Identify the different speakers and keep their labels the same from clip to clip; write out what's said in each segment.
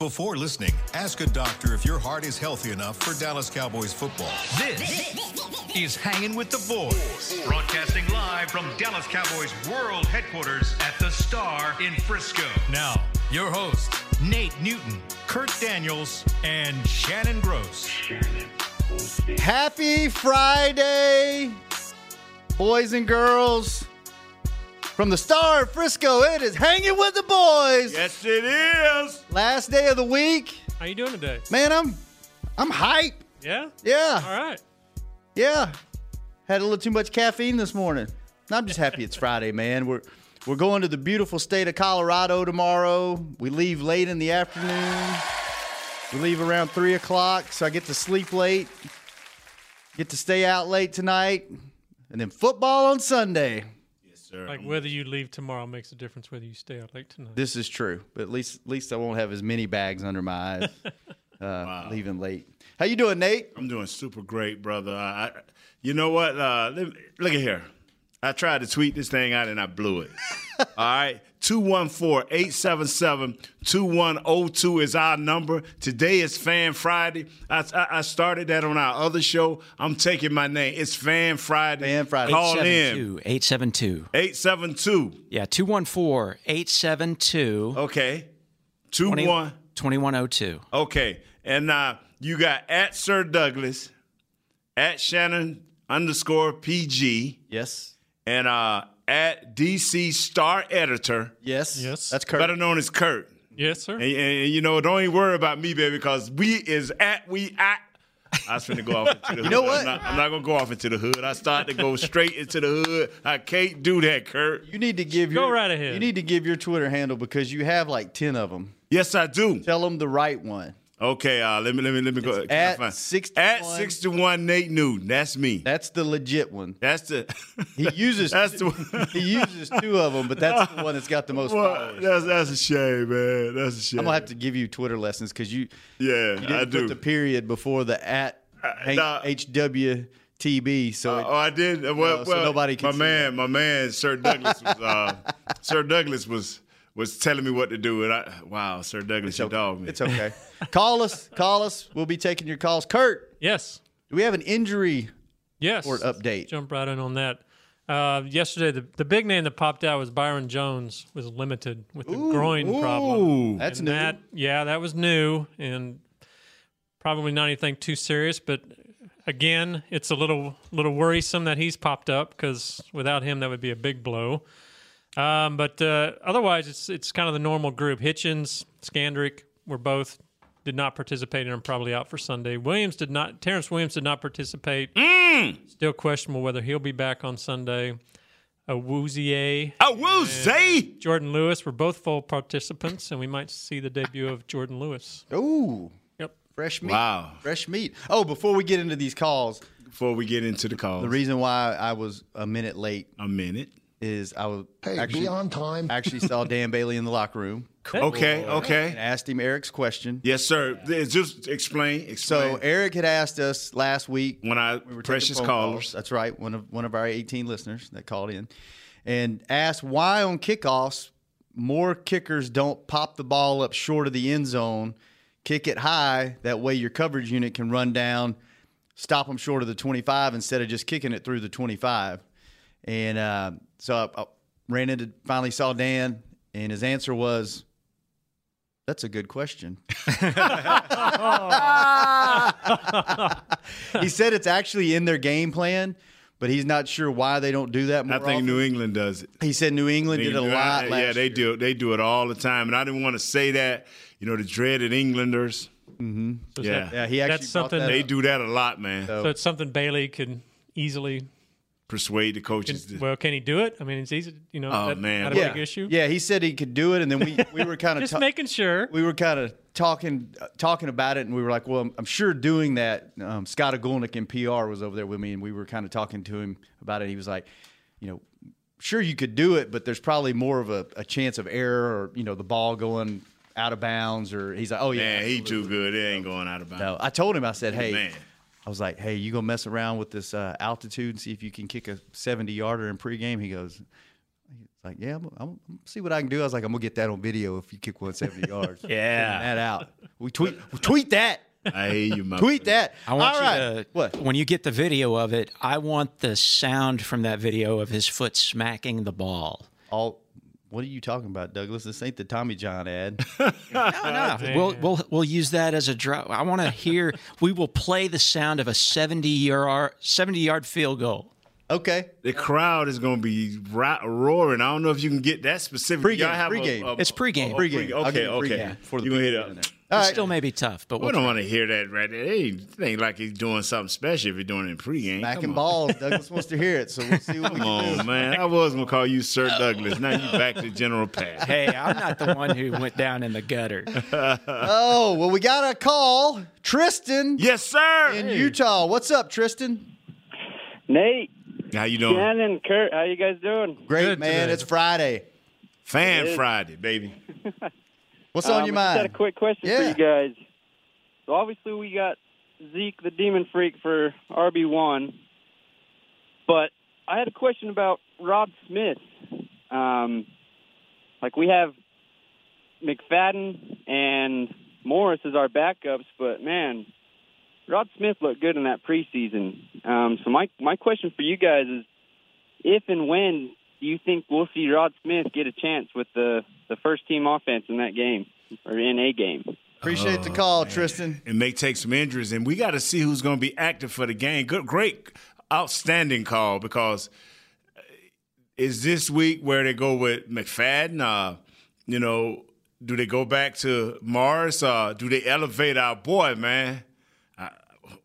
Speaker 1: Before listening, ask a doctor if your heart is healthy enough for Dallas Cowboys football.
Speaker 2: This is Hanging with the Boys, broadcasting live from Dallas Cowboys World Headquarters at the Star in Frisco. Now, your hosts, Nate Newton, Kurt Daniels, and Shannon Gross.
Speaker 3: Happy Friday, boys and girls. From the Star of Frisco, it is hanging with the boys.
Speaker 4: Yes, it is.
Speaker 3: Last day of the week,
Speaker 5: How you doing today?
Speaker 3: man. I'm, I'm hype.
Speaker 5: Yeah.
Speaker 3: Yeah,
Speaker 5: All right.
Speaker 3: yeah. Had a little too much caffeine this morning. And I'm just happy it's Friday, man. We're, we're going to the beautiful state of Colorado tomorrow. We leave late in the afternoon. We leave around three o'clock, so I get to sleep late. Get to stay out late tonight, and then football on Sunday.
Speaker 5: Like whether you leave tomorrow makes a difference whether you stay out late tonight.
Speaker 3: This is true, but at least at least I won't have as many bags under my eyes uh, leaving late. How you doing, Nate?
Speaker 4: I'm doing super great, brother. I, I- you know what? Uh, let me- look at here. I tried to tweet this thing out and I blew it. All right. 214-877-2102 is our number. Today is Fan Friday. I, I, I started that on our other show. I'm taking my name. It's Fan Friday.
Speaker 3: Fan Friday.
Speaker 4: Call in.
Speaker 6: 872, 872.
Speaker 4: 872.
Speaker 6: Yeah, 214 872
Speaker 4: Okay. 21.
Speaker 6: 2102.
Speaker 4: Okay. And uh, you got at Sir Douglas, at Shannon underscore PG,
Speaker 3: Yes,
Speaker 4: and uh, at DC Star Editor,
Speaker 3: yes,
Speaker 5: Yes.
Speaker 3: That's Kurt.
Speaker 4: better known as Kurt.
Speaker 5: Yes, sir.
Speaker 4: And, and- and, you know, don't even worry about me, baby, because we is at we at. I was finna go off into the hood.
Speaker 3: know
Speaker 4: I'm
Speaker 3: what?
Speaker 4: not, I'm not gonna go off into the hood. I start to go straight into the hood. I can't do that, Kurt.
Speaker 3: You need to give
Speaker 5: Go
Speaker 3: your
Speaker 5: right ahead.
Speaker 3: You need to give your Twitter handle because you have like ten of them.
Speaker 4: Yes, I do.
Speaker 3: Tell them the right one.
Speaker 4: Okay, uh, let me let me let me go. Can I
Speaker 3: at
Speaker 4: find-
Speaker 3: 61
Speaker 4: at sixty one Nate Newton. That's me.
Speaker 3: That's the legit one.
Speaker 4: That's the.
Speaker 3: He uses
Speaker 4: That's the one.
Speaker 3: he uses two of them, but that's the one that's got the most
Speaker 4: Well,
Speaker 3: followers.
Speaker 4: that's that's a shame, man. That's a shame.
Speaker 3: I'm gonna have to give you Twitter lessons because you
Speaker 4: yeah,
Speaker 3: you didn't
Speaker 4: I
Speaker 3: put
Speaker 4: do. Uh,
Speaker 3: the period before the at Hank
Speaker 4: nah.
Speaker 3: HWTB, so it-
Speaker 4: oh, I did. Well,
Speaker 3: No, uh, so
Speaker 4: well
Speaker 3: nobody can
Speaker 4: my
Speaker 3: see
Speaker 4: man, my man, Sir Douglas was. Uh, Sir Douglas was was telling me what to do, and I wow, Sir Douglas, you
Speaker 3: okay.
Speaker 4: dog me.
Speaker 3: It's okay. call us. Call us. We'll be taking your calls. Kurt,
Speaker 5: yes.
Speaker 3: do we have an injury?
Speaker 5: Yes.
Speaker 3: Or an update.
Speaker 5: Jump right in on that. Uh, yesterday, the, the big name that popped out was Byron Jones was limited with the groin problem.
Speaker 3: That's
Speaker 5: and
Speaker 3: new.
Speaker 5: That, yeah, that was new and probably not anything too serious. But again, it's a little little worrisome that he's popped up because without him, that would be a big blow. Um, but uh, otherwise, it's it's kind of the normal group. Hitchens, Scandrick were both did not participate and are probably out for Sunday. Williams did not. Terrence Williams did not participate.
Speaker 3: Mm.
Speaker 5: Still questionable whether he'll be back on Sunday. Awuzie,
Speaker 4: I will say,
Speaker 5: Jordan Lewis were both full participants, and we might see the debut of Jordan Lewis.
Speaker 4: Oh,
Speaker 3: Ooh,
Speaker 5: Yep.
Speaker 3: fresh meat.
Speaker 4: Wow.
Speaker 3: Fresh meat. Oh, before we get into these calls,
Speaker 4: before we get into the call,
Speaker 3: the reason why I was a minute late
Speaker 4: a minute.
Speaker 3: is I was
Speaker 7: Hey,
Speaker 3: actually
Speaker 7: be on time.
Speaker 3: actually saw Dan Bailey in the locker room
Speaker 4: Okay,
Speaker 3: and
Speaker 4: okay.
Speaker 3: asked him Eric's question.
Speaker 4: Yes, sir. Just explain. Explain.
Speaker 3: So Eric had asked us last week
Speaker 4: when I
Speaker 3: we were taking
Speaker 4: precious
Speaker 3: phone
Speaker 4: callers.
Speaker 3: That's right. One of one of our 18 listeners that called in and asked why on kickoffs more kickers don't pop the ball up short of the end zone, kick it high. That way your coverage unit can run down, stop them short of the 25 instead of just kicking it through the 25. And uh, so I, I ran into finally saw Dan, and his answer was. That's a good question. he said it's actually in their game plan, but he's not sure why they don't do that more.
Speaker 4: I think
Speaker 3: often.
Speaker 4: New England does it.
Speaker 3: He said New England
Speaker 4: They
Speaker 3: did a
Speaker 4: do-
Speaker 3: lot
Speaker 4: I-
Speaker 3: last
Speaker 4: yeah, they
Speaker 3: year.
Speaker 4: do. They do it all the time, and I didn't want to say that. You know, the dreaded Englanders. Mm-hmm.
Speaker 5: is
Speaker 4: Yeah,
Speaker 5: that-
Speaker 3: Yeah, he actually
Speaker 5: That's
Speaker 3: brought
Speaker 5: something
Speaker 3: that
Speaker 4: they
Speaker 3: up.
Speaker 4: do that a lot, man.
Speaker 5: So it's something Bailey can easily.
Speaker 4: Persuade the coaches. to-
Speaker 5: Well, can he do it? I mean, it's easy. You know,
Speaker 4: Oh,
Speaker 5: that,
Speaker 4: man.
Speaker 5: not a
Speaker 3: Yeah.
Speaker 5: big issue.
Speaker 3: yeah, he said he could do it, and then we, we were kind of
Speaker 5: Just making sure.
Speaker 3: we were kind of talking uh, talking about it, and we were like, well, I'm, I'm sure doing that. Um, Scott Agulnik in PR was over there with me, and we were kind of talking to him about it. He was like, you know, sure you could do it, but there's probably more of a, a chance of error, or you know, the ball going out of bounds, or he's like, oh yeah,
Speaker 4: man, he too good. It ain't going out of bounds.
Speaker 3: No, I told him. I said, "Hey,
Speaker 4: Man.
Speaker 3: I was like, hey, you gonna mess around with this uh, altitude and see if you can kick a seventy yarder in pregame?" He goes, "It's Like, yeah, I'm, I'm, I'm see what I can do. I was like, I'm gonna get that on video if you kick 170 yards.
Speaker 4: Yeah.
Speaker 3: Figure that out. We tweet, we tweet that.
Speaker 4: I hear you, my
Speaker 3: Tweet
Speaker 4: friend.
Speaker 3: that.
Speaker 6: I want
Speaker 3: All
Speaker 6: you
Speaker 3: right.
Speaker 6: to
Speaker 3: what?
Speaker 6: when you get the video of it, I want the sound from that video of his foot smacking the ball.
Speaker 3: All. What are you talking about, Douglas? This ain't the Tommy John ad.
Speaker 4: Oh,
Speaker 6: No, no, we'll we'll we'll use that as a draw. I want to hear. we will play the sound of a seventy yard seventy yard field goal.
Speaker 3: Okay.
Speaker 4: The crowd is going to be ro- roaring. I don't know if you can get that specific.
Speaker 3: Pregame,
Speaker 4: Y'all have a-
Speaker 3: pregame.
Speaker 4: a-
Speaker 6: It's pregame.
Speaker 4: oh,
Speaker 3: Pregame. I'll
Speaker 4: Okay,
Speaker 3: give you pregame
Speaker 4: okay.
Speaker 3: before the
Speaker 4: you gonna
Speaker 3: people
Speaker 4: hit
Speaker 3: get in
Speaker 4: up.
Speaker 3: there.
Speaker 6: It
Speaker 3: All right.
Speaker 6: still may be tough, but
Speaker 4: We
Speaker 6: we'll
Speaker 4: don't
Speaker 6: try.
Speaker 4: want to hear that right there. Hey, it ain't like he's doing something special if you're doing it in pregame.
Speaker 3: Back
Speaker 4: Come
Speaker 3: and
Speaker 4: on.
Speaker 3: balls. Oh, Douglas wants to hear it, so we'll see what we
Speaker 4: Come
Speaker 3: can do.
Speaker 4: on, man. I was gonna call you Sir Douglas. Now you back to General Pat.
Speaker 6: hey, I'm not the one who went down in the gutter.
Speaker 3: Oh, well, we got a call. Tristan
Speaker 4: Yes, sir.
Speaker 3: in Utah. What's up, Tristan?
Speaker 7: Nate,
Speaker 4: How you doing?
Speaker 7: Ken, and Kurt, uh, how you guys doing?
Speaker 3: Great,
Speaker 5: Good
Speaker 3: man.
Speaker 5: today.
Speaker 3: It's Friday.
Speaker 4: Fan
Speaker 7: Hey.
Speaker 4: Friday, baby.
Speaker 3: What's
Speaker 7: Um,
Speaker 3: on your
Speaker 7: I just
Speaker 3: mind?
Speaker 7: had a quick question
Speaker 3: Yeah.
Speaker 7: for you guys. So obviously we got Zeke the Demon Freak for RB one, but I had a question about Rob Smith. Um, like we have McFadden and Morris as our backups, but man, Rob Smith looked good in that preseason. Um, so my my question for you guys is, if and when do you think we'll see Rod Smith get a chance with the the first team offense in that game or in a game?
Speaker 3: Appreciate
Speaker 4: Uh,
Speaker 3: the call, Tristan.
Speaker 4: It may take some injuries, and we got to see who's going to be active for the game. Good, great, outstanding call because uh, is this week where they go with McFadden? Uh, you know, do they go back to Morris? Uh, do they elevate our boy, man? I,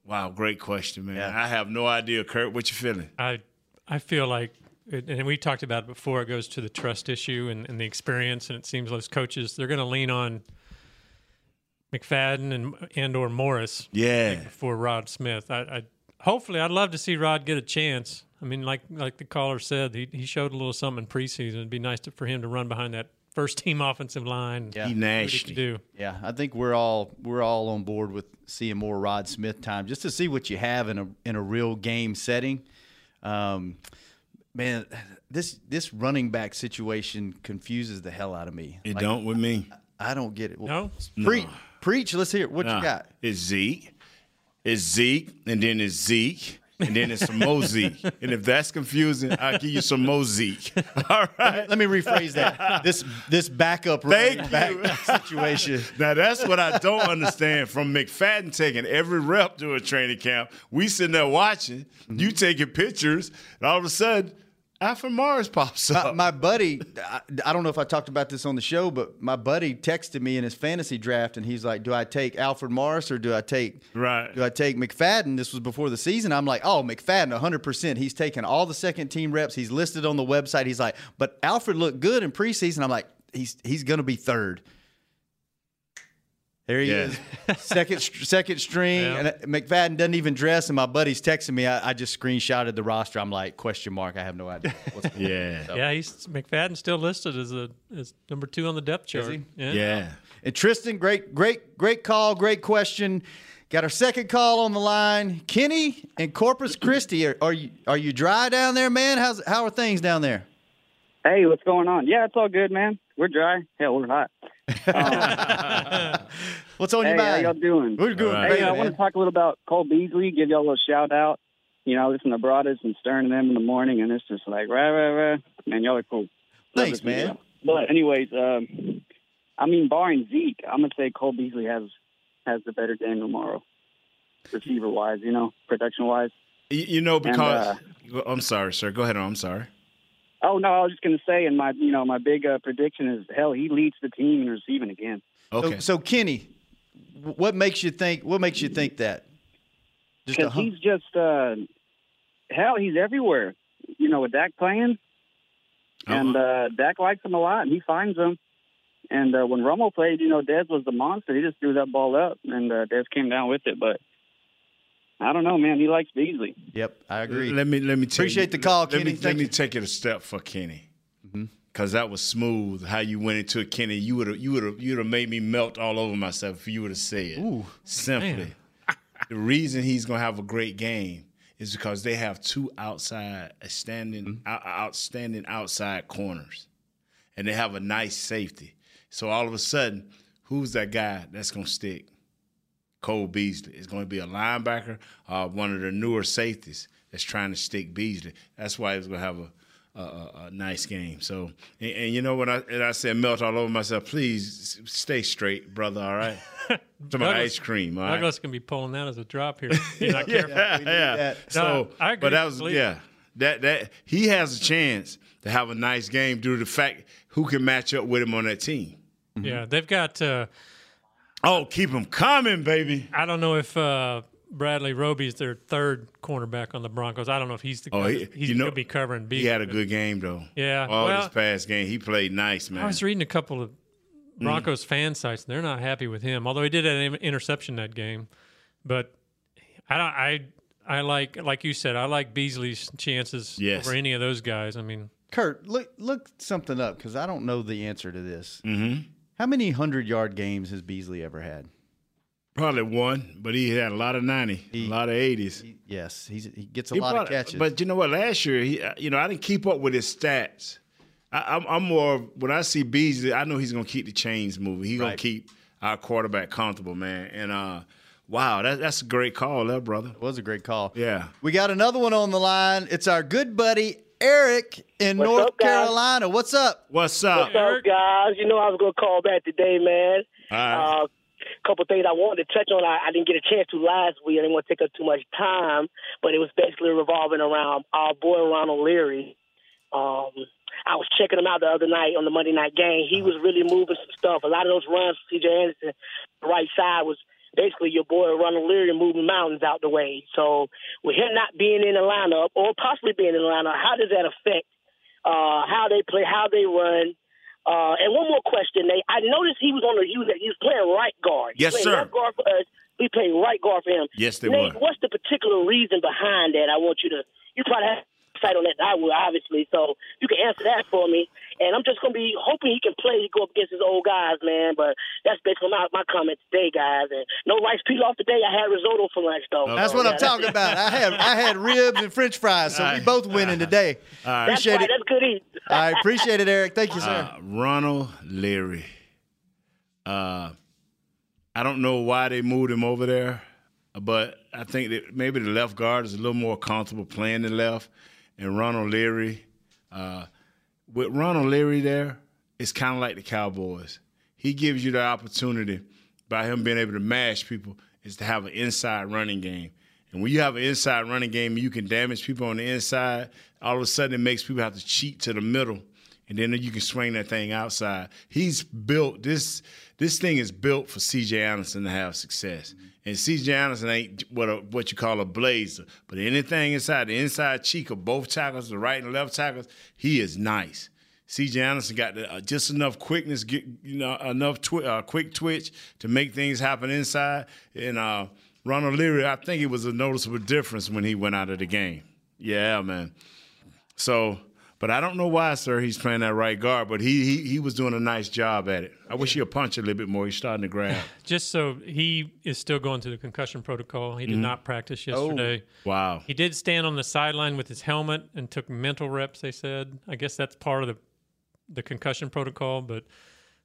Speaker 4: wow, great question, man. I have no idea, Kurt. What you feeling?
Speaker 5: I I feel like, it, and we talked about it before. It goes to the trust issue and, and the experience, and it seems those coaches they're going to lean on McFadden and and or Morris
Speaker 4: Yeah,
Speaker 5: for Rod Smith. I, I hopefully I'd love to see Rod get a chance. I mean, like like the caller said, he he showed a little something in preseason. It'd be nice to, for him to run behind that first team offensive line.
Speaker 4: he
Speaker 5: What he could
Speaker 4: nasty.
Speaker 5: do.
Speaker 3: Yeah, I think we're all we're all on board with seeing more Rod Smith time, just to see what you have in a in a real game setting. Um, man, this this running back situation confuses the hell out of me.
Speaker 4: It don't with me.
Speaker 3: I don't get it.
Speaker 5: No?
Speaker 3: Pre- preach. Let's hear it. what you got.
Speaker 4: It's Zeke. It's Zeke, and then it's Zeke, and then it's some more Zeke. And if that's confusing, I'll give you some more Zeke. All right.
Speaker 3: Let me rephrase that. This this backup running
Speaker 4: Thank
Speaker 3: back
Speaker 4: you.
Speaker 3: situation.
Speaker 4: Now that's what I don't understand. From McFadden taking every rep to a training camp, we sitting there watching,
Speaker 3: Mm-hmm.
Speaker 4: you taking pictures, and all of a sudden, Alfred Morris pops
Speaker 3: my,
Speaker 4: up.
Speaker 3: my buddy, I, I don't know if I talked about this on the show, but my buddy texted me in his fantasy draft, and he's like, "Do I take Alfred Morris or do I take
Speaker 4: Right.
Speaker 3: Do I take McFadden?" This was before the season. I'm like, "Oh, McFadden, 100. percent He's taken all the second team reps. He's listed on the website. He's like, but Alfred looked good in preseason. I'm like, he's he's gonna be third. There he
Speaker 4: Yeah.
Speaker 3: is, second str- second string,
Speaker 5: Yeah.
Speaker 3: and uh, McFadden doesn't even dress. And my buddy's texting me. I, I just screenshotted the roster. I'm like, question mark. I have no idea. What's
Speaker 4: yeah.
Speaker 5: Yeah, he's McFadden still listed as a as number two on the depth chart.
Speaker 3: he?
Speaker 5: Yeah.
Speaker 4: Yeah.
Speaker 3: And Tristan, great, great, great call, great question. Got our second call on the line. Kenny and Corpus Christi, are, are you are you dry down there, man? How's how are things down there?
Speaker 7: Hey, what's going on? Yeah, it's all good, man. We're dry. Hell, we're hot. Um,
Speaker 3: What's on
Speaker 7: Hey,
Speaker 3: your
Speaker 7: how
Speaker 3: mind?
Speaker 7: y'all doing?
Speaker 3: We're doing
Speaker 4: All right.
Speaker 3: great,
Speaker 7: Hey, I want
Speaker 3: man.
Speaker 7: to talk a little about Cole Beasley. Give y'all a little shout out. You know, I listen to Broadus and Stern and them in the morning, and it's just like rah rah rah. Man, y'all are cool. Love
Speaker 3: Thanks,
Speaker 7: listening to
Speaker 3: man.
Speaker 7: y'all. But anyways, um, I mean, barring Zeke, I'm gonna say Cole Beasley has has the better game tomorrow, receiver wise. You know, production wise.
Speaker 4: You, you know
Speaker 7: And, uh,
Speaker 4: because I'm sorry, sir. Go ahead. I'm sorry.
Speaker 7: Oh no, I was just gonna say, and my you know my big uh, prediction is hell, he leads the team in receiving again.
Speaker 4: Okay.
Speaker 3: So, so Kenny, wh- what makes you think? What makes you think that? Just a
Speaker 7: Because
Speaker 3: hum-
Speaker 7: he's just uh, hell, he's everywhere. You know, with Dak playing,
Speaker 3: Oh,
Speaker 7: and uh, Dak likes him a lot, and he finds him. And uh, when Romo played, you know, Dez was the monster. He just threw that ball up, and uh, Dez came down with it. But I don't know, man. He likes Beasley.
Speaker 3: yep, I agree.
Speaker 4: Let me let me tell
Speaker 3: Appreciate the
Speaker 4: you-
Speaker 3: call,
Speaker 4: let
Speaker 3: Kenny.
Speaker 4: Me, let
Speaker 3: Thank
Speaker 4: me
Speaker 3: you. Mm-hmm.
Speaker 4: take it a step for Kenny, because that was smooth. How you went into it, Kenny. You would have you would have you would have made me melt all over myself if you would have said simply. the reason he's gonna have a great game
Speaker 3: Mm-hmm.
Speaker 4: is because they have two outside outstanding, ou- outstanding outside corners. and they have a nice safety. So all of a sudden, who's that guy that's going to stick? Cole Beasley. It's going to be a linebacker, uh, one of the newer safeties that's trying to stick Beasley. That's why he's going to have a a, a, a nice game. So, and, and you know when I and I said melt all over myself, please stay straight, brother. All right, to my
Speaker 5: Douglas-
Speaker 4: ice cream. All right?
Speaker 5: Douglas can be pulling that as a drop here. He's not careful.
Speaker 4: yeah, yeah.
Speaker 3: that.
Speaker 4: So,
Speaker 5: No, I agree
Speaker 4: but that was
Speaker 5: completely.
Speaker 4: yeah. That that he has a chance to have a nice game due to the fact who can match up with him on that team.
Speaker 5: Yeah, they've got. Uh,
Speaker 4: Mm-hmm. Oh, keep him coming, baby.
Speaker 5: I don't know if uh, Bradley Roby's their third cornerback on the Broncos. I don't know if he's the.
Speaker 4: Oh, he-
Speaker 5: he's
Speaker 4: you know-
Speaker 5: gonna be covering B.
Speaker 4: He had a good game though.
Speaker 5: Yeah,
Speaker 4: All
Speaker 5: well-
Speaker 4: this past game, he played nice, man. Mm.
Speaker 5: I was reading a couple of Broncos fan sites, and they're not happy with him. Although he did have an interception that game, but I don't. I I like like you said. I like Beasley's chances
Speaker 4: Yes.
Speaker 5: over any of those guys. I mean,
Speaker 3: Kurt, look look something up because I don't know the answer to this. Mm-hmm. How many hundred yard games has Beasley ever had?
Speaker 4: Probably one, but he had a lot of ninety, a lot of eighties.
Speaker 3: Yes, he's, he gets a
Speaker 4: He
Speaker 3: lot
Speaker 4: brought-
Speaker 3: of catches.
Speaker 4: But you know what? Last year, he, uh, you know, I didn't keep up with his stats. I, I'm, I'm more of- when I see Beasley, I know he's gonna keep the chains moving. He's gonna
Speaker 3: Right.
Speaker 4: keep our quarterback comfortable, man. And uh, wow, that, that's a great call, there, brother.
Speaker 3: was a great call.
Speaker 4: Yeah.
Speaker 3: We got another one on the line. It's our good buddy Eric in North
Speaker 8: up, guys?
Speaker 3: Carolina. What's up?
Speaker 4: What's up?
Speaker 8: What's up, guys? You know I was gonna call back today, man.
Speaker 4: All right.
Speaker 8: Uh, couple things I wanted to touch on. I, I didn't get a chance to last week. I didn't want to take up too much time, but it was basically revolving around our boy Ronald Leary. Um, I was checking him out the other night on the Monday night game. He was really moving some stuff. A lot of those runs, C.J. Anderson, the right side was basically your boy Ronald Leary moving mountains out the way. So with him not being in the lineup or possibly being in the lineup, how does that affect uh, how they play, how they run? Uh, and one more question, Nate. I noticed he was on the he was, he was playing right guard. He
Speaker 4: Yes,
Speaker 8: played
Speaker 4: sir.
Speaker 8: Left guard for us. We played right guard for him.
Speaker 4: Yes, they
Speaker 8: Nate,
Speaker 4: were.
Speaker 8: What's the particular reason behind that? I want you to. You probably have sight on that. than I will obviously. So you can answer that for me. And I'm just gonna be hoping he can play to go up against his old guys, man. But that's basically my, my comment today, guys. And no rice pilaf today. I had risotto for lunch though.
Speaker 3: That's
Speaker 8: So,
Speaker 3: what
Speaker 8: yeah,
Speaker 3: I'm talking about. I had I had ribs and French fries, so we both winning today.
Speaker 8: That's,
Speaker 3: Appreciate
Speaker 8: right.
Speaker 3: it.
Speaker 8: That's good eating.
Speaker 3: I appreciate it, Eric. Thank you, sir.
Speaker 4: Uh, Ronald Leary. Uh, I don't know why they moved him over there, but I think that maybe the left guard is a little more comfortable playing the left, and Ronald Leary. Uh, with Ronald Leary there, it's kind of like the Cowboys. He gives you the opportunity by him being able to mash people is to have an inside running game. And when you have an inside running game, you can damage people on the inside. All of a sudden, it makes people have to cheat to the middle, and then you can swing that thing outside. He's built this. This thing is built for C.J. Anderson to have success. And C.J. Anderson ain't what a, what you call a blazer, but anything inside the inside cheek of both tackles, the right and left tackles, he is nice. C.J. Anderson got the, uh, just enough quickness, get, you know, enough twi- uh, quick twitch to make things happen inside. And uh, Ronald Leary, I think it was a noticeable difference when he went out of the game. Yeah, man. So, but I don't know why, sir. He's playing that right guard, but he he, he was doing a nice job at it. I wish he would punch a little bit more. He's starting to grab.
Speaker 5: just so he is still going through the concussion protocol. He did not practice yesterday.
Speaker 4: Mm-hmm. Oh, wow.
Speaker 5: He did stand on the sideline with his helmet and took mental reps. They said. I guess that's part of the the concussion protocol, but.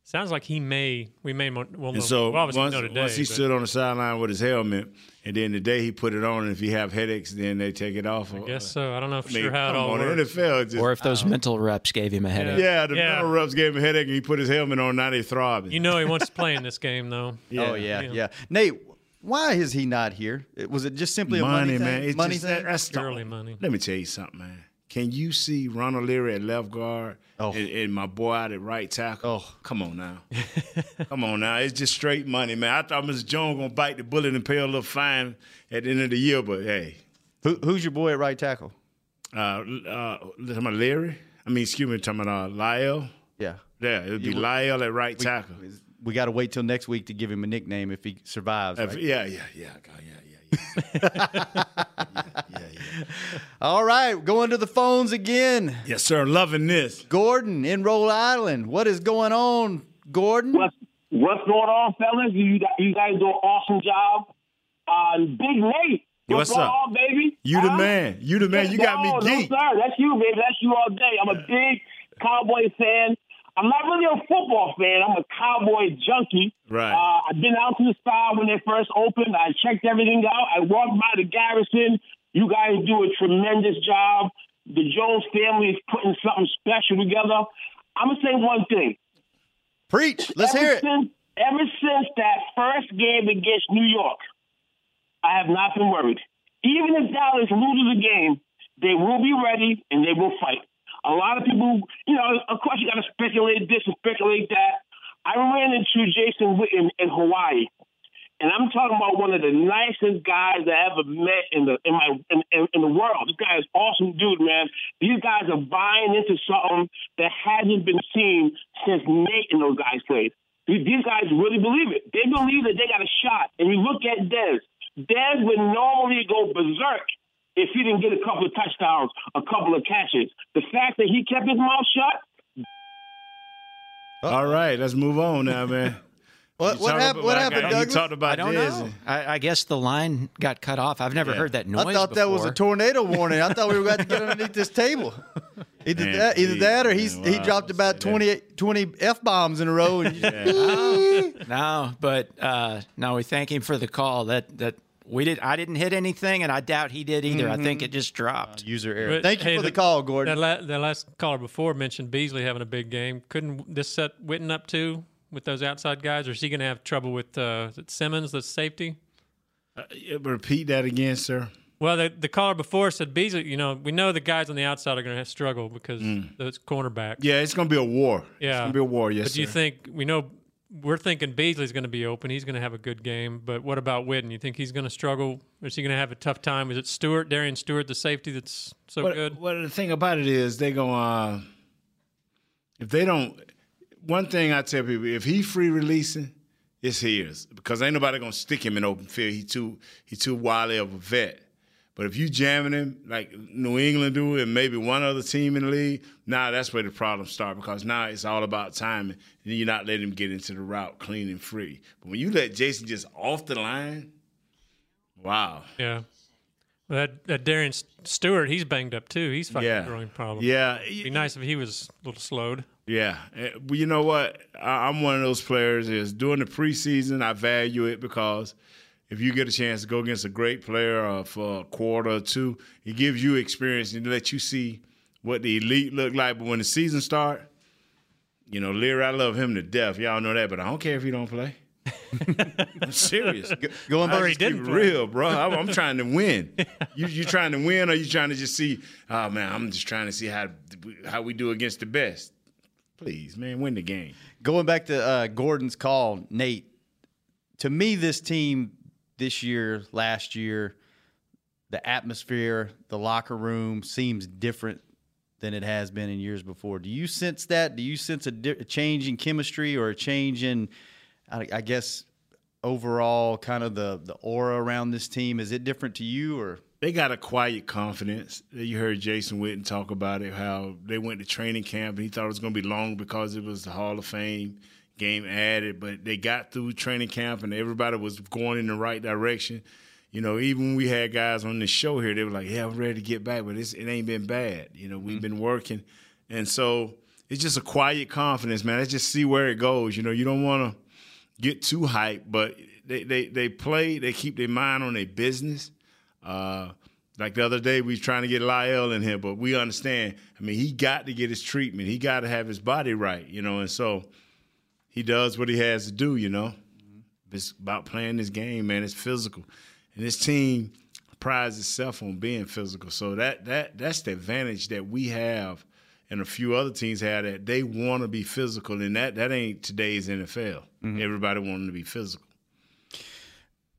Speaker 5: Sounds like he may. We may. mo- We'll, know,
Speaker 4: And so
Speaker 5: we'll obviously
Speaker 4: once,
Speaker 5: know today.
Speaker 4: once he
Speaker 5: but-
Speaker 4: stood on the sideline with his helmet, and then the day he put it on, and if he have headaches, then they take it off. I
Speaker 5: Yes, so I don't know for
Speaker 4: I mean,
Speaker 5: sure how it
Speaker 4: come
Speaker 5: all
Speaker 4: on, the
Speaker 5: works.
Speaker 4: NFL is just
Speaker 6: Or if those mental reps gave him a headache.
Speaker 4: Yeah, the
Speaker 5: Yeah.
Speaker 4: mental reps gave him a headache, and he put his helmet on. Now they throbbing.
Speaker 5: You know he wants to play in this game though.
Speaker 3: Oh yeah, yeah, Nate, why is he not here? It- Was it just simply
Speaker 4: money,
Speaker 3: a money
Speaker 4: man.
Speaker 3: thing?
Speaker 4: It's
Speaker 3: money
Speaker 4: just,
Speaker 3: thing.
Speaker 4: that- that's the-
Speaker 5: Purely money.
Speaker 4: Let me tell you something, man. Can you see Ronald Leary at left guard
Speaker 3: Oh.
Speaker 4: and, and my boy out at right tackle? Oh, come on now, come on now. It's just straight money, man. I thought Mr. Jones gonna bite the bullet and pay a little fine at the end of the year, but hey,
Speaker 3: Who, who's your boy at right tackle?
Speaker 4: uh, uh, talking about Leary. I mean, excuse me, talking about uh, Lyle.
Speaker 3: Yeah,
Speaker 4: Yeah, it'd be Lyle at right tackle.
Speaker 3: we got to wait till next week to give him a nickname if he survives.
Speaker 4: If-
Speaker 3: right?
Speaker 4: Yeah, yeah, yeah, God, yeah, yeah, yeah.
Speaker 3: All right, going to the phones again.
Speaker 4: yes, sir. Loving this.
Speaker 3: Gordon in Rhode Island. What is going on, Gordon?
Speaker 9: What's what's going on, fellas? You you guys do an awesome job. Uh, Big Nate, what's,
Speaker 4: What's
Speaker 9: going
Speaker 4: up?
Speaker 9: on, baby?
Speaker 4: You the
Speaker 9: Huh?
Speaker 4: man. You the man. You got me
Speaker 9: no,
Speaker 4: geeked.
Speaker 9: No, sir, that's you, baby. That's you all day. I'm a big Cowboy fan. I'm not really a football fan. I'm a cowboy junkie.
Speaker 4: Right.
Speaker 9: Uh, I've been out to the side when they first opened. I checked everything out. I walked by the garrison. You guys do a tremendous job. The Jones family is putting something special together. I'm gonna say one thing.
Speaker 3: Preach. Let's
Speaker 9: ever
Speaker 3: hear it.
Speaker 9: Since, ever since that first game against New York, I have not been worried. Even if Dallas loses a game, they will be ready and they will fight. A lot of people, you know, of course you got to speculate this and speculate that. I ran into Jason Witten in Hawaii, and I'm talking about one of the nicest guys I ever met in the in my in, in, in the world. This guy is awesome, dude, man. These guys are buying into something that hasn't been seen since Nate and those guys played. These these guys really believe it. They believe that they got a shot. And you look at Dez. Dez would normally go berserk if he didn't get a couple of touchdowns, a couple of catches. The fact that he kept his mouth shut,
Speaker 4: All right, let's move on now, man.
Speaker 3: What,
Speaker 4: You
Speaker 3: what
Speaker 4: talk
Speaker 3: happened?
Speaker 4: about-
Speaker 3: What
Speaker 4: like,
Speaker 3: happened,
Speaker 4: I-
Speaker 3: Douglas?
Speaker 4: You talked about
Speaker 6: I don't
Speaker 4: this.
Speaker 6: know. I, I guess the line got cut off. I've never
Speaker 4: Yeah.
Speaker 6: heard that noise.
Speaker 3: I thought that was a
Speaker 6: before.
Speaker 3: tornado warning. I thought we were about to get underneath this table. Either
Speaker 4: Man,
Speaker 3: that, either
Speaker 4: please,
Speaker 3: that, or he's
Speaker 4: man,
Speaker 3: he
Speaker 4: wow.
Speaker 3: dropped about
Speaker 4: Yeah.
Speaker 3: 20, 20 f bombs in a row. And you just,
Speaker 6: No, but uh, no, we thank him for the call. That that we did. I didn't hit anything, and I doubt he did either. I
Speaker 3: Mm-hmm.
Speaker 6: think it just
Speaker 4: Uh,
Speaker 6: dropped.
Speaker 3: User error.
Speaker 5: But,
Speaker 3: Thank you
Speaker 5: hey,
Speaker 3: for the, call, Gordon.
Speaker 5: That, la- that last caller before mentioned Beasley having a big game. Couldn't this set Witten up too with those outside guys, or is he going to have trouble with uh, is it Simmons, the safety?
Speaker 4: Uh, Yeah, Repeat that again, sir.
Speaker 5: Well, the, the caller before said Beasley. You know, we know the guys on the outside are going to struggle because those cornerbacks.
Speaker 4: Mm. Yeah, it's gonna be a war. it's
Speaker 5: Yeah.
Speaker 4: gonna be a war. Yes,
Speaker 5: But do you
Speaker 4: sir.
Speaker 5: think we know? We're thinking Beasley's going to be open. He's going to have a good game. But what about Witten? You think he's going to struggle? Is he going to have a tough time? Is it Stewart, Darian Stewart, the safety that's so
Speaker 4: But
Speaker 5: good?
Speaker 4: Well, the thing about it is, they go. Uh, if they don't, one thing I tell people: if he free releasing, it's his because ain't nobody gonna stick him in open field. He too he too wily of a vet. But if you jamming him like New England do, and maybe one other team in the league, now that's where the problems start because now it's all about timing, and you're not letting him get into the route clean and free. But when you let Jason just off the line, wow,
Speaker 5: Yeah. Well, that that Darian S- Stewart, he's banged up too. He's fighting
Speaker 4: yeah,
Speaker 5: a growing problem.
Speaker 4: yeah,
Speaker 5: It'd be nice if he was a little slowed.
Speaker 4: Yeah, Eh, well, you know what? I, I'm one of those players. Is during the preseason, I value it because if you get a chance to go against a great player uh, for a quarter or two, it gives you experience and let you see what the elite look like. But when the season start, you know, Lear, I love him to death. Y'all know that, but I don't care if he don't play. I'm serious.
Speaker 3: Going
Speaker 4: I
Speaker 3: back,
Speaker 4: just keep
Speaker 5: didn't
Speaker 4: it
Speaker 5: play.
Speaker 4: real, bro. I'm, I'm trying to win. You you trying to win, or you trying to just see? Oh man, I'm just trying to see how how we do against the best. Please, man, win the game.
Speaker 3: going back to uh, Gordon's call, Nate. To me, this team this year, last year, the atmosphere, the locker room seems different than it has been in years before. Do you sense that? Do you sense a, di- a change in chemistry or a change in, I, I guess, overall kind of the the aura around this team? Is it different to you or?
Speaker 4: They got a quiet confidence. You heard Jason Witten talk about it, how they went to training camp and he thought it was going to be long because it was the Hall of Fame game added, but they got through training camp and everybody was going in the right direction. You know, even when we had guys on the show here, they were like, "Yeah, I'm ready to get back, but it's, it ain't been bad." You know, we've been working, and so it's just a quiet confidence, man. Let's just see where it goes. You know, you don't want to get too hyped, but they, they they play, they keep their mind on their business. Uh, like the other day, we was trying to get Lyle in here, but we understand. I mean, he got to get his treatment. He got to have his body right, you know. And so he does what he has to do, you know. It's about playing this game, man. It's physical, and this team prides itself on being physical. So that that that's the advantage that we have, and a few other teams have that they want to be physical, and that that ain't today's NFL. Everybody wanting to be physical.
Speaker 3: Mm-hmm.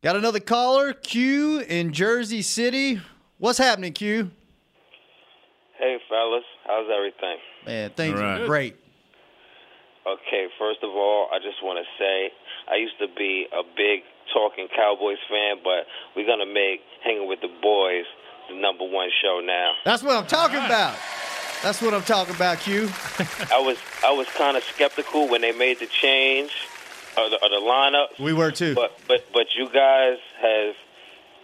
Speaker 3: Got another caller, Q in Jersey City. What's happening, Q?
Speaker 10: Hey, fellas, how's everything?
Speaker 3: Man, things
Speaker 4: All
Speaker 3: are
Speaker 4: right.
Speaker 3: great.
Speaker 10: Okay, first of all, I just want to say I used to be a big talking Cowboys fan, but we're going to make Hanging with the Boys the number one show now.
Speaker 3: That's what I'm talking about. That's what I'm talking about, Q.
Speaker 10: I was I was kind of skeptical when they made the change of the, of the lineup,
Speaker 3: We were too.
Speaker 10: but but but you guys have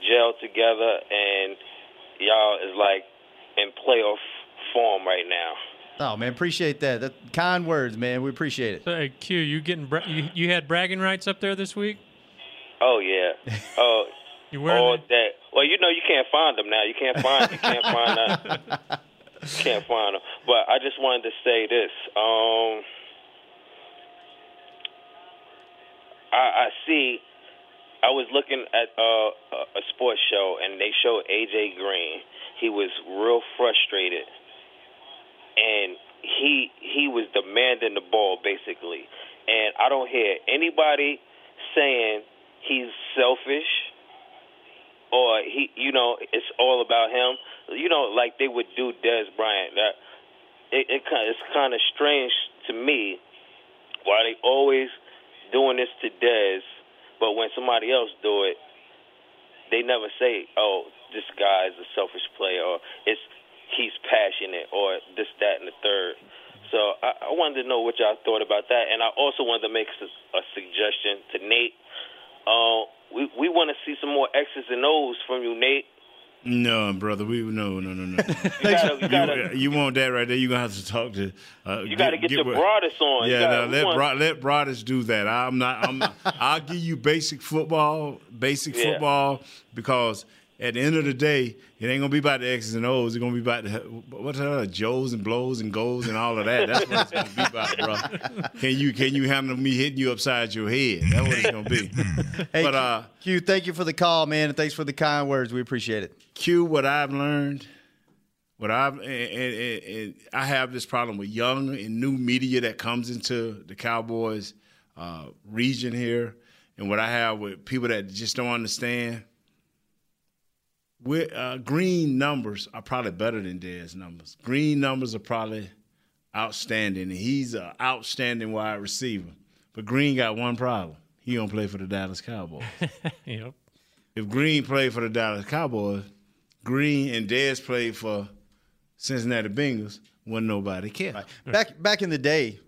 Speaker 10: gelled together and y'all is like in playoff form right now.
Speaker 3: Oh man, appreciate that. that kind words, man. We appreciate it.
Speaker 5: So, hey, Q, you getting bra- you, you had bragging rights up there this week?
Speaker 10: Oh yeah. Oh.
Speaker 5: You wearing
Speaker 10: all
Speaker 5: it?
Speaker 10: that? Well, you know you can't find them now. You can't find. You can't find that. Can't find them. But I just wanted to say this. Um, I, I see. I was looking at uh, a- a sports show, and they showed AJ Green. He was real frustrated, and he he was demanding the ball basically. And I don't hear anybody saying he's selfish or he, you know, it's all about him. You know, like they would do Des Bryant. That it, it kind it's kind of strange to me why they always doing this to Des, but when somebody else do it, they never say, "Oh, this guy is a selfish player," or "It's he's passionate," or this, that, and the third. So I, I wanted to know what y'all thought about that, and I also wanted to make su- a suggestion to Nate. Uh, we we want to see some more X's and O's from you, Nate.
Speaker 4: No, brother, we no, no, no, no.
Speaker 10: You gotta, you gotta,
Speaker 4: you, you want that right there? You gonna have to talk to. Uh,
Speaker 10: you gotta get, your
Speaker 4: with-
Speaker 10: broadest on. You
Speaker 4: Yeah,
Speaker 10: gotta-
Speaker 4: no,
Speaker 10: we
Speaker 4: let
Speaker 10: want-
Speaker 4: Bro- let Broadus do that. I'm not. I'm. not- I'll give you basic football, basic
Speaker 10: Yeah.
Speaker 4: football, because at the end of the day, it ain't gonna be about the X's and O's. It's gonna be about the, what the hell, Joes and blows and goals and all of that. That's what it's gonna be about, bro. Can you can you handle me hitting you upside your head? That's what it's gonna be.
Speaker 3: Hey,
Speaker 4: But uh,
Speaker 3: Q, thank you for the call, man, and thanks for the kind words. We appreciate it.
Speaker 4: Q, what I've learned, what I've and, and, and, and I have this problem with young and new media that comes into the Cowboys uh, region here, and what I have with people that just don't understand. With uh, green numbers are probably better than Dez numbers. Green numbers are probably outstanding, and he's an outstanding wide receiver. But Green got one problem: he don't play for the Dallas Cowboys
Speaker 5: Yep.
Speaker 4: if Green played for the Dallas Cowboys, Green and Dez played for Cincinnati Bengals, wouldn't nobody care.
Speaker 3: Back back in the day,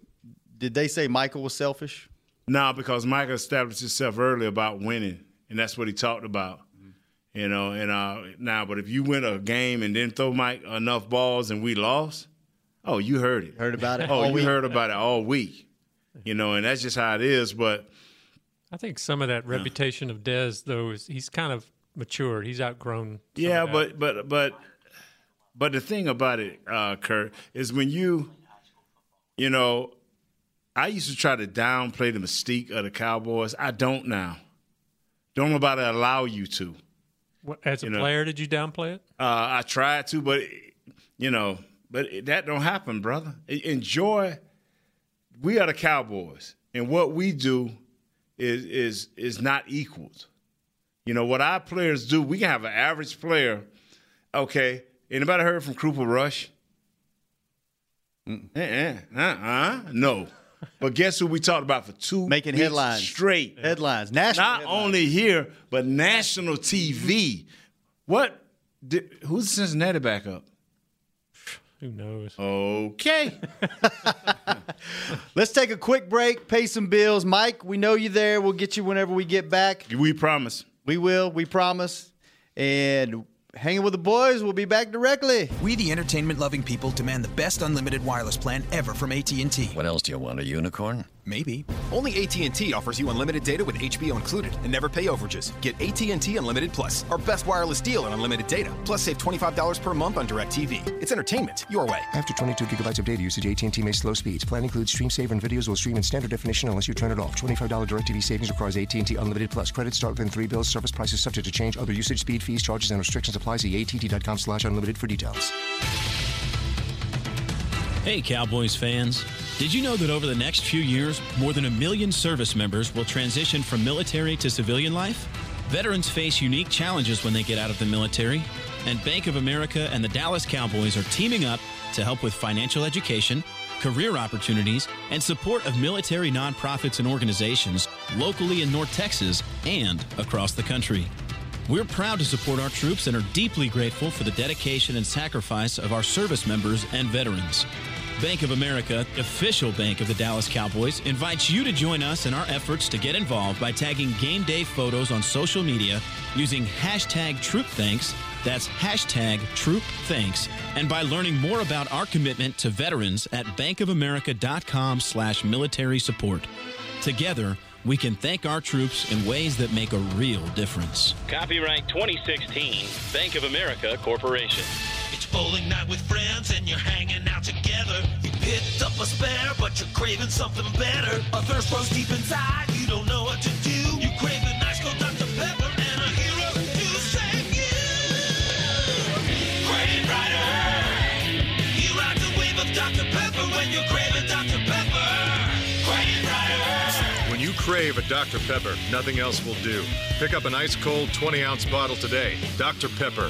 Speaker 3: did they say Michael was selfish?
Speaker 4: Now, because Michael established himself early about winning, and that's what he talked about.
Speaker 3: Mm-hmm.
Speaker 4: You know, and uh, now, but if you win a game and then throw Mike enough balls and we lost, oh, you heard it.
Speaker 3: Heard about it?
Speaker 4: Oh,
Speaker 3: all
Speaker 4: you
Speaker 3: week?
Speaker 4: heard about it all week. You know, and that's just how it is. But
Speaker 5: I think some of that reputation of Dez, though, is he's kind of matured. He's outgrown. some
Speaker 4: Yeah,
Speaker 5: of that.
Speaker 4: but but but but the thing about it, uh, Kurt, is when you, you know, I used to try to downplay the mystique of the Cowboys. I don't now. Don't nobody allow you to.
Speaker 5: What- as a
Speaker 4: you know-
Speaker 5: player, did you downplay it?
Speaker 4: Uh, I tried to, but you know, but that don't happen, brother. E- Enjoy. We are the Cowboys, and what we do is is is not equaled. You know what our players do. We can have an average player. Okay, anybody heard from Krupa Rush? Uh-uh. Uh-uh. No. But guess who we talked about for two
Speaker 3: Making
Speaker 4: weeks
Speaker 3: headlines.
Speaker 4: straight?
Speaker 3: Headlines, national.
Speaker 4: not
Speaker 3: headlines.
Speaker 4: only here but national TV. What? Did, who's Cincinnati back up?
Speaker 5: Who knows?
Speaker 4: Okay,
Speaker 3: Let's take a quick break, pay some bills. Mike, we know you there. We'll get you whenever we get back.
Speaker 4: we promise.
Speaker 3: We will. We promise. And hanging with the boys. We'll be back directly.
Speaker 11: We, the entertainment-loving people, demand the best unlimited wireless plan ever from AT&T.
Speaker 12: What else do you want? A unicorn?
Speaker 11: Maybe.
Speaker 13: Only AT&T offers you unlimited data with HBO included and never pay overages. Get AT&T Unlimited Plus, our best wireless deal on unlimited data. Plus save $25 per month on DirecTV. It's entertainment your way.
Speaker 14: After 22 gigabytes of data usage, AT&T may slow speeds. Plan includes stream saver and videos will stream in standard definition unless you turn it off. $25 DirecTV savings requires AT&T Unlimited Plus. Credit start within three bills. Service prices subject to change. Other usage, speed, fees, charges, and restrictions apply. See att.com slash unlimited for details.
Speaker 15: Hey, Cowboys fans. Did you know that over the next few years, more than a million service members will transition from military to civilian life? Veterans face unique challenges when they get out of the military, and Bank of America and the Dallas Cowboys are teaming up to help with financial education, career opportunities, and support of military nonprofits and organizations locally in North Texas and across the country. We're proud to support our troops and are deeply grateful for the dedication and sacrifice of our service members and veterans. Bank of America, official bank of the Dallas Cowboys, invites you to join us in our efforts to get involved by tagging game day photos on social media using hashtag TroopThanks That's hashtag Troop Thanks. And by learning more about our commitment to veterans at bankofamerica.com slash military support. Together, we can thank our troops in ways that make a real difference.
Speaker 12: Copyright 2016, Bank of America Corporation.
Speaker 16: It's bowling night with friends and you're hanging out together. You picked up a spare, but you're craving something better. A thirst grows deep inside, you don't know what to do. You crave a nice cold Dr. Pepper and a hero to save you. Crave Rider! You ride the wave of Dr. Pepper when you're craving Dr. Pepper. Crave Rider!
Speaker 17: When you crave a Dr. Pepper, nothing else will do. Pick up an ice cold 20 ounce bottle today. Dr. Pepper.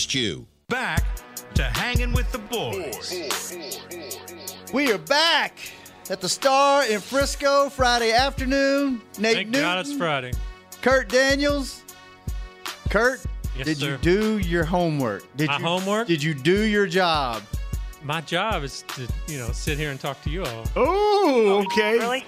Speaker 18: you.
Speaker 2: Back to hanging with the boys.
Speaker 3: We are back at the Star in Frisco Friday afternoon. Nate
Speaker 5: Thank
Speaker 3: Newton,
Speaker 5: God it's Friday.
Speaker 3: Kurt Daniels. Kurt,
Speaker 5: Yes,
Speaker 3: did
Speaker 5: sir.
Speaker 3: you do your homework? Did
Speaker 5: My
Speaker 3: you,
Speaker 5: homework?
Speaker 3: Did you do your job?
Speaker 5: My job is to, you know, sit here and talk to you all.
Speaker 3: Oh, okay. Really?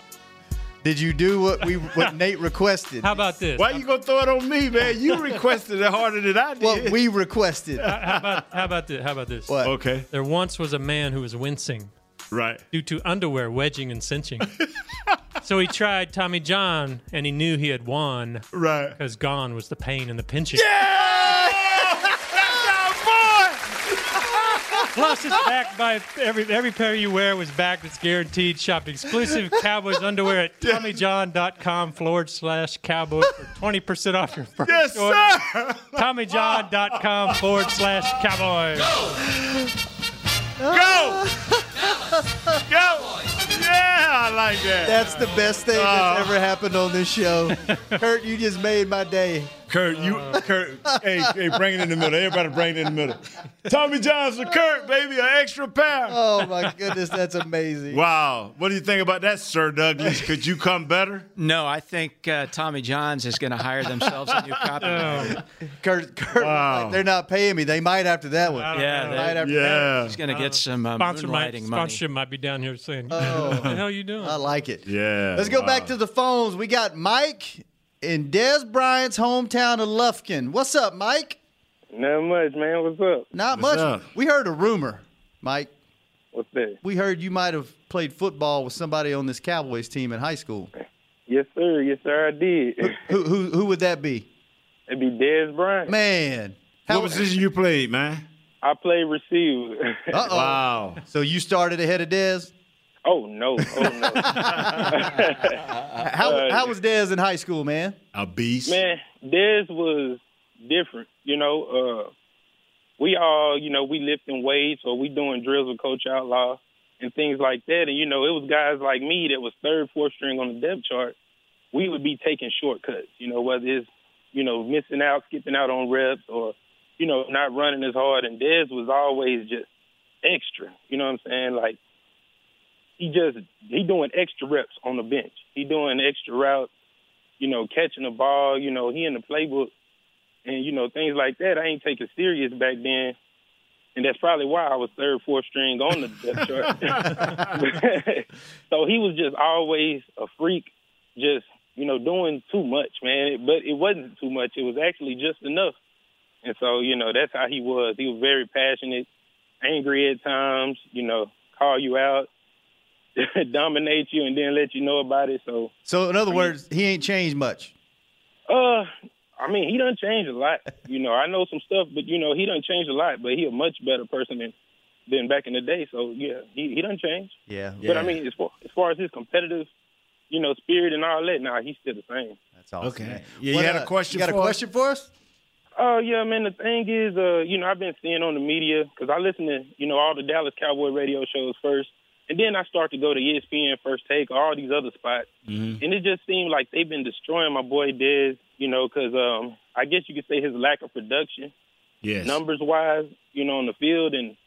Speaker 3: Did you do what we what Nate requested? How
Speaker 5: about this?
Speaker 4: Why you gonna throw it on me, man? You requested it harder than I did.
Speaker 3: What we requested.
Speaker 5: How about how about this? How about this?
Speaker 3: What?
Speaker 4: Okay.
Speaker 5: There once was a man who was wincing,
Speaker 4: right,
Speaker 5: due to underwear wedging and cinching. so he tried Tommy John, and he knew he had won,
Speaker 4: right?
Speaker 5: Because gone was the pain and the pinching. Plus, it's backed by every every pair you wear was backed. It's guaranteed. Shop exclusive Cowboys underwear at TommyJohn.com forward slash Cowboys for twenty percent off your first
Speaker 4: Yes,
Speaker 5: order.
Speaker 4: sir.
Speaker 5: TommyJohn.com forward slash Cowboys.
Speaker 4: Go! Go! Yeah, I like that.
Speaker 3: That's the best thing
Speaker 4: Oh.
Speaker 3: that's ever happened on this show. Kurt, you just made my day.
Speaker 4: Kurt, you
Speaker 6: Uh.
Speaker 4: Kurt, hey, hey, bring it in the middle. Everybody bring it in the middle. Tommy John's for Kurt, baby, an extra pound.
Speaker 3: Oh my goodness, that's amazing.
Speaker 4: Wow. What do you think about that, Sir Douglas? Could you come better?
Speaker 6: No, I think uh, Tommy John's is going to hire themselves a new copywriter.
Speaker 3: Oh.
Speaker 4: Oh.
Speaker 3: Kurt, Kurt was like, they're not paying me. They might after that one.
Speaker 6: Yeah,
Speaker 3: They might after that.
Speaker 6: He's going to get some uh,
Speaker 5: Sponsor might-
Speaker 6: moonlighting money.
Speaker 5: sponsorship might be down here saying,
Speaker 3: Oh.
Speaker 5: "What the hell you doing?"
Speaker 3: I like it.
Speaker 4: Yeah.
Speaker 3: Let's go back to the phones. We got Mike in Des Bryant's hometown of Lufkin. What's up, Mike?
Speaker 19: Not much, man. What's up?
Speaker 3: Not
Speaker 19: What's
Speaker 3: much.
Speaker 19: up?
Speaker 3: We heard a rumor, Mike.
Speaker 19: What's that?
Speaker 3: We heard you might have played football with somebody on this Cowboys team in high school.
Speaker 19: Yes, sir. Yes, sir. I did.
Speaker 3: Who who, who would that be?
Speaker 19: It'd be Dez Bryant.
Speaker 3: Man,
Speaker 4: what position you played, man?
Speaker 19: I played receiver.
Speaker 3: Uh-oh. Wow. So you started ahead of Dez?
Speaker 19: Oh no! Oh no! Uh,
Speaker 3: How how was Dez in high school, man?
Speaker 4: A beast.
Speaker 19: Man, Dez was different. You know, uh, we all, you know, we lifting weights or we doing drills with Coach Outlaw and things like that. And you know, it was guys like me that was third, fourth string on the depth chart. We would be taking shortcuts. You know, whether it's you know missing out, skipping out on reps, or you know not running as hard. And Dez was always just extra. You know what I'm saying? Like he just he doing extra reps on the bench. He doing extra routes you know, catching the ball, you know, he in the playbook and, you know, things like that. I ain't taking serious back then. And that's probably why I was third, fourth string on the depth chart. so he was just always a freak, just, you know, doing too much, man. But it wasn't too much. It was actually just enough. And so, you know, that's how he was. He was very passionate, angry at times, you know, call you out, dominate you, and then let you know about it. So,
Speaker 3: So in other words, he ain't changed much.
Speaker 19: uh, I mean, he done changed a lot. You know, I know some stuff, but you know, he done changed a lot. But he a much better person than than back in the day. So yeah, he he done changed.
Speaker 3: Yeah.
Speaker 19: But I mean, as far as far as his competitive, you know, spirit and all that, nah, he's still the same.
Speaker 3: That's awesome. Okay. uh,
Speaker 4: Yeah, you had a question.
Speaker 3: You got
Speaker 4: for
Speaker 3: a
Speaker 4: us?
Speaker 3: question for us?
Speaker 19: Oh yeah, man. The thing is, uh, you know, I've been seeing on the media because I listen to you know all the Dallas Cowboy radio shows first, and then I start to go to E ESPN First Take, all
Speaker 4: Mm-hmm.
Speaker 19: these other spots. And it just seemed like they've been destroying my boy Dez, you know, because um, I guess you could say his lack of production,
Speaker 4: Yes.
Speaker 19: numbers wise, you know, on the field, and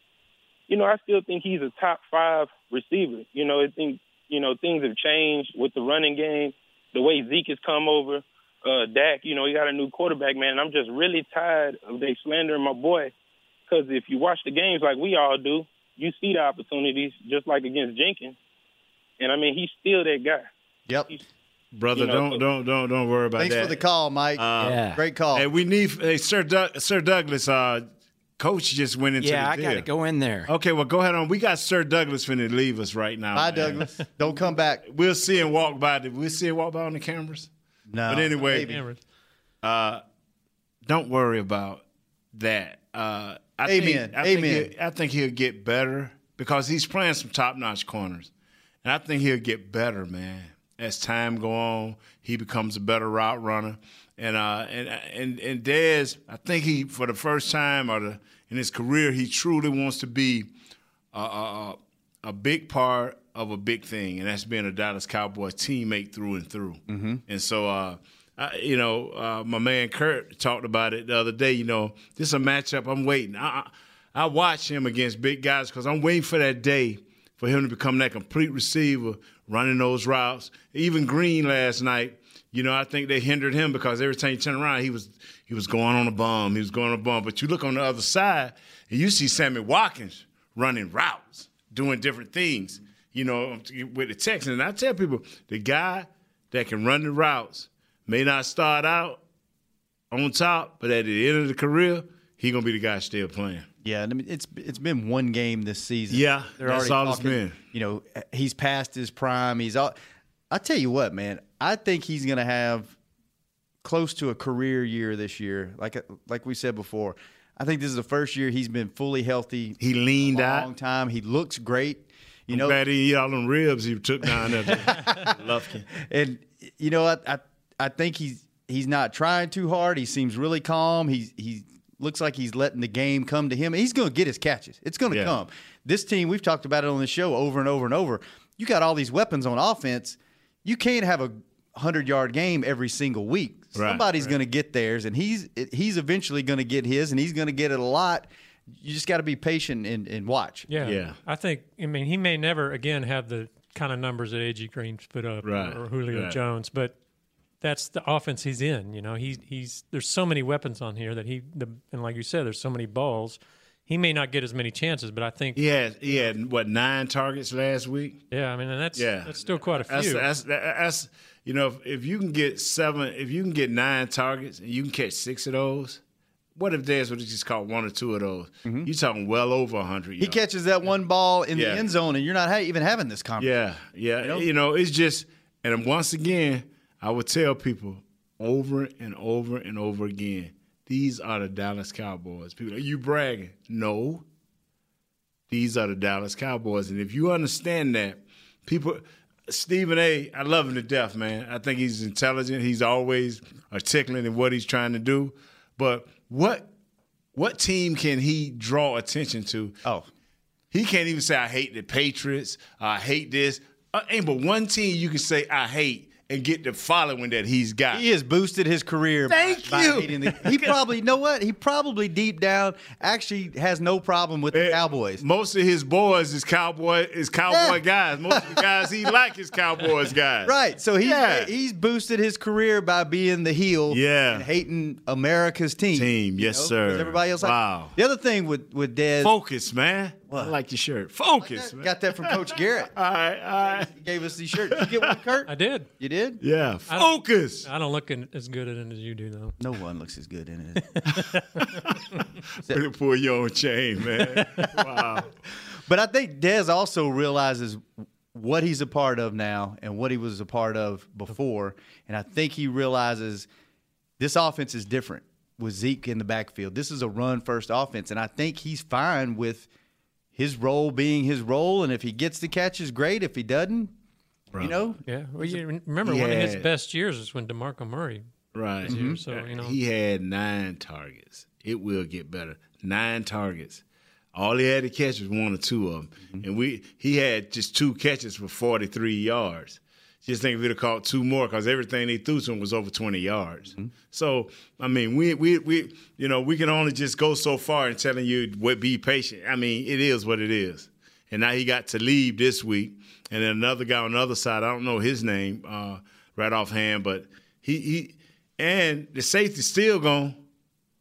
Speaker 19: you know, I still think he's a top five receiver. You know, I think you know things have changed with the running game, the way Zeke has come over, uh, Dak. You know, he got a new quarterback, man. And I'm just really tired of they slandering my boy, because if you watch the games like we all do, you see the opportunities, just like against Jenkins, and I mean, he's still that guy.
Speaker 3: Yep.
Speaker 4: Brother,
Speaker 19: You know,
Speaker 4: don't
Speaker 19: so-
Speaker 4: don't don't don't worry about
Speaker 3: Thanks
Speaker 4: that.
Speaker 3: for the call, Mike.
Speaker 4: Uh,
Speaker 3: Great call.
Speaker 4: Hey, we need hey Sir Doug, Sir Douglas. Uh, coach just went into
Speaker 6: Yeah,
Speaker 4: the
Speaker 6: I gotta
Speaker 4: deal.
Speaker 6: go in there.
Speaker 4: Okay, well go ahead on. We got Sir Douglas finna leave us right now.
Speaker 3: Bye,
Speaker 4: man.
Speaker 3: Douglas. Don't come back.
Speaker 4: We'll see him walk by. The, we'll see him walk by on the cameras.
Speaker 3: No,
Speaker 4: But anyway,
Speaker 3: maybe.
Speaker 4: uh, don't worry about that. Uh, I
Speaker 3: Amen.
Speaker 4: Think, I think
Speaker 3: Amen.
Speaker 4: he'll- I think he'll get better because he's playing some top notch corners, and I think he'll get better, man. As time go on, he becomes a better route runner, and uh, and and and Dez, I think he for the first time or the, in his career, he truly wants to be a, a, a a big part of a big thing, and that's being a Dallas Cowboys teammate through and through. Mm-hmm. And so, uh, I, you know, uh, my man Kurt talked about it the other day. You know, this is a matchup I'm waiting. I, I I watch him against big guys because I'm waiting for that day for him to become that complete receiver, running those routes. Even Green last night, you know, I think they hindered him because every time he turned around, he was he was going on a bum, he was going on a bum. But you look on the other side, and you see Sammy Watkins running routes, doing different things. You know, with the Texans, and I tell people the guy that can run the routes may not start out on top, but at the end of the career, he gonna be the guy still playing.
Speaker 3: Yeah, and I mean it's it's been one game this season.
Speaker 4: Yeah, that's
Speaker 3: already
Speaker 4: all it's been.
Speaker 3: You know, he's past his prime. He's all. I tell you what, man. I think he's going to have close to a career year this year. Like like we said before, I think this is the first year he's been fully healthy.
Speaker 4: He leaned
Speaker 3: a long
Speaker 4: out.
Speaker 3: time. He looks great. You know,
Speaker 4: glad he eat all them ribs he took down there. Lufkin.
Speaker 3: and you know, I, I I think he's he's not trying too hard. He seems really calm. He he looks like he's letting the game come to him. He's going to get his catches. It's going to
Speaker 4: Yeah.
Speaker 3: come. This team, we've talked about it on the show over and over and over. You got all these weapons on offense. You can't have a hundred yard game every single week.
Speaker 4: Right,
Speaker 3: Somebody's
Speaker 4: right.
Speaker 3: going to get theirs, and he's he's eventually going to get his, and he's going to get it a lot. You just got to be patient and, and watch.
Speaker 5: Yeah. I think, I mean, he may never again have the kind of numbers that A.G. Green's put up
Speaker 3: Right,
Speaker 5: or Julio
Speaker 3: right.
Speaker 5: Jones, but that's the offense he's in. You know, he, he's, there's so many weapons on here that he, the, and like you said, there's so many balls. He may not get as many chances, but I think,
Speaker 4: He had he had what nine targets last week.
Speaker 5: yeah, I mean, and that's,
Speaker 4: Yeah.
Speaker 5: that's still quite a
Speaker 4: That's,
Speaker 5: few.
Speaker 4: that's that's you know if, if you can get seven, if you can get nine targets and you can catch six of those, what if Dez would have just caught one or two of those? You're talking well over hundred.
Speaker 3: Mm-hmm. He catches that one ball in
Speaker 4: Yeah.
Speaker 3: the end zone, and you're not ha- even having this conversation.
Speaker 4: Yeah, yeah. You
Speaker 3: know?
Speaker 4: know? it's just, and once again, I would tell people over and over and over again, these are the Dallas Cowboys. People, are you bragging? No, these are the Dallas Cowboys, and if you understand that, people. Stephen A. I love him to death, man. I think he's intelligent. He's always articulate in what he's trying to do. But what what team can he draw attention to?
Speaker 3: Oh,
Speaker 4: he can't even say I hate the Patriots. I hate this. Uh, ain't but one team you can say I hate and get the following that he's got.
Speaker 3: He has boosted his career.
Speaker 4: Thank
Speaker 3: by
Speaker 4: you.
Speaker 3: hating the- he probably, you know what? He probably deep down actually has no problem with the Cowboys.
Speaker 4: Eh, Most of his boys is cowboy is cowboy guys. Most of the guys he like is cowboys guys.
Speaker 3: Right. So he's,
Speaker 4: Yeah.
Speaker 3: he's boosted his career by being the heel
Speaker 4: Yeah.
Speaker 3: and hating America's team.
Speaker 4: Team, yes,
Speaker 3: know, 'cause
Speaker 4: sir.
Speaker 3: Everybody else.
Speaker 4: Wow.
Speaker 3: Like, the other thing with, with Dez.
Speaker 4: Focus, man. I like your shirt. Focus, man.
Speaker 3: Got that from Coach Garrett.
Speaker 4: all right, all right. He
Speaker 3: gave us these shirts. Did you get one, Kurt?
Speaker 5: I did.
Speaker 3: You did?
Speaker 4: Yeah.
Speaker 5: I don't-
Speaker 4: Focus.
Speaker 5: I don't, look in, as good at it as you do, though.
Speaker 3: No one looks as good in it.
Speaker 4: Better pull your own chain, man. wow.
Speaker 3: But I think Dez also realizes what he's a part of now and what he was a part of before. And I think he realizes this offense is different with Zeke in the backfield. This is a run first offense. And I think he's fine with his role being his role. And if he gets the catches, great. If he doesn't, you know,
Speaker 5: Yeah. Well, you remember one of his
Speaker 4: Yeah.
Speaker 5: best years was when DeMarco Murray
Speaker 4: Right. Mm-hmm.
Speaker 5: was here. So, you know,
Speaker 4: He had nine targets. It will get better. Nine targets. All he had to catch was one or two of them, and we he had just two catches for forty three yards. Just think if we'd have caught two more because everything they threw to him was over 20 yards. So, I mean, we, we, we, you know, we can only just go so far in telling you what be patient. I mean, it is what it is. And now he got to leave this week. And then another guy on the other side, I don't know his name uh, right offhand, but he, he, and the safety's still going to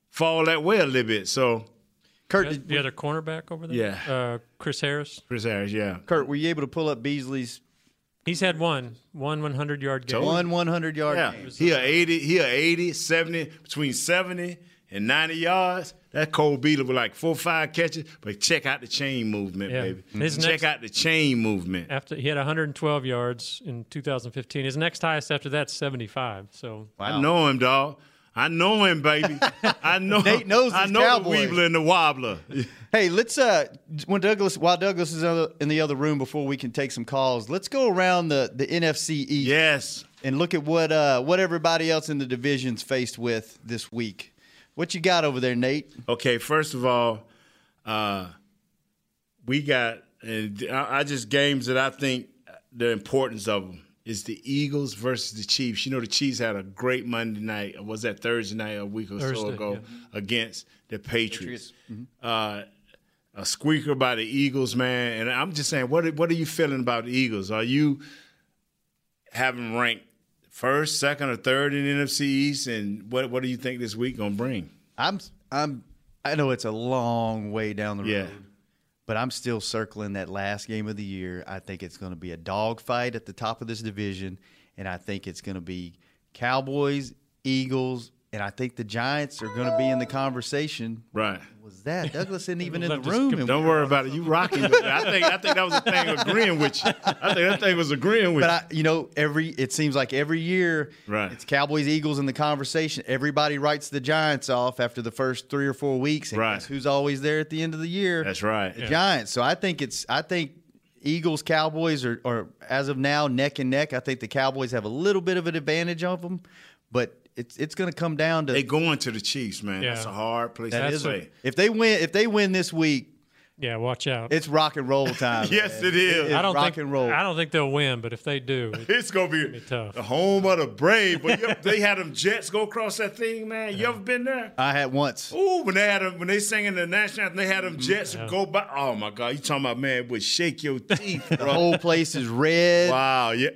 Speaker 4: fall that way a little bit. So,
Speaker 5: Kurt, the, other cornerback over there.
Speaker 4: Yeah.
Speaker 5: uh, Chris Harris.
Speaker 4: Chris Harris, yeah.
Speaker 3: Kurt, were you able to pull up Beasley's?
Speaker 5: He's had one, one 100 yard game.
Speaker 3: One 100 yard
Speaker 4: Yeah,
Speaker 3: game.
Speaker 4: he a 80, he a 80, 70, between 70 and 90 yards. That Cole Beater with like four or five catches, but check out the chain movement,
Speaker 5: Yeah.
Speaker 4: baby.
Speaker 5: His
Speaker 4: check
Speaker 5: next-
Speaker 4: out the chain movement.
Speaker 5: After he had 112 yards in 2015. His next highest after that 75. So
Speaker 4: I know him, dog. I know him, baby. I know. Nate knows I
Speaker 3: his
Speaker 4: know
Speaker 3: Cowboys.
Speaker 4: the Weebler and the Wobbler.
Speaker 3: Hey, let's uh when Douglas while Douglas is in the- in the other room before we can take some calls, let's go around the the NFC East.
Speaker 4: Yes.
Speaker 3: And look at what uh what everybody else in the division's faced with this week. What you got over there, Nate?
Speaker 4: Okay, first of all, uh, we got and I I just games that I think the importance of them is the Eagles versus the Chiefs. You know, the Chiefs had a great Monday night. or Was that Thursday night a week or so
Speaker 17: Thursday,
Speaker 4: ago against the
Speaker 17: Patriots.
Speaker 4: Patriots?
Speaker 3: mm-hmm.
Speaker 17: Mhm.
Speaker 4: Uh, a squeaker by the Eagles, man. And I'm just saying, what are- what are you feeling about the Eagles? Are you having ranked first, second, or third in the NFC East? And what what do you think this week gonna bring?
Speaker 3: I'm I'm I know it's a long way down the road.
Speaker 4: Yeah.
Speaker 3: But I'm still circling that last game of the year. I think it's going to be a dogfight at the top of this division and I think it's going to be Cowboys, Eagles, and I think the Giants are going to be in the conversation.
Speaker 4: Right.
Speaker 3: Was that Douglas isn't even in the
Speaker 4: Left us
Speaker 3: room?
Speaker 4: com- Don't worry about it. You rocking. with it. I think I think that was a thing agreeing with you. I think that thing was agreeing with
Speaker 3: But I, you know, every it seems like every year,
Speaker 4: Right.
Speaker 3: It's Cowboys, Eagles in the conversation. Everybody writes the Giants off after the first three or four weeks, and guess who's always there at the end of the year?
Speaker 4: That's right.
Speaker 3: the
Speaker 4: Yeah.
Speaker 3: Giants. So I think it's I think Eagles, Cowboys are, are as of now neck and neck. I think the Cowboys have a little bit of an advantage of them, but it's it's going to come down to
Speaker 4: they going to the Chiefs, man.
Speaker 3: Yeah.
Speaker 4: That's a hard place
Speaker 3: that
Speaker 4: to
Speaker 3: is
Speaker 4: play.
Speaker 3: if they win if they win this week,
Speaker 5: yeah, watch out.
Speaker 3: it's rock and roll time.
Speaker 4: Yes,
Speaker 3: man.
Speaker 4: it is.
Speaker 5: I don't
Speaker 3: rock
Speaker 5: think
Speaker 3: and roll.
Speaker 5: I don't think they'll win, but if they do, it-
Speaker 4: It's gonna be
Speaker 5: tough.
Speaker 4: the home of the brave. But you- they had them Jets go across that thing, man. You ever been there?
Speaker 3: I had once.
Speaker 4: Ooh, when they had them, when they singing the national anthem, they had
Speaker 3: Mm-hmm.
Speaker 4: them Jets go by. Oh my God, you talking about man would shake your teeth,
Speaker 3: The
Speaker 4: bro.
Speaker 3: whole place is red.
Speaker 4: Wow, yeah.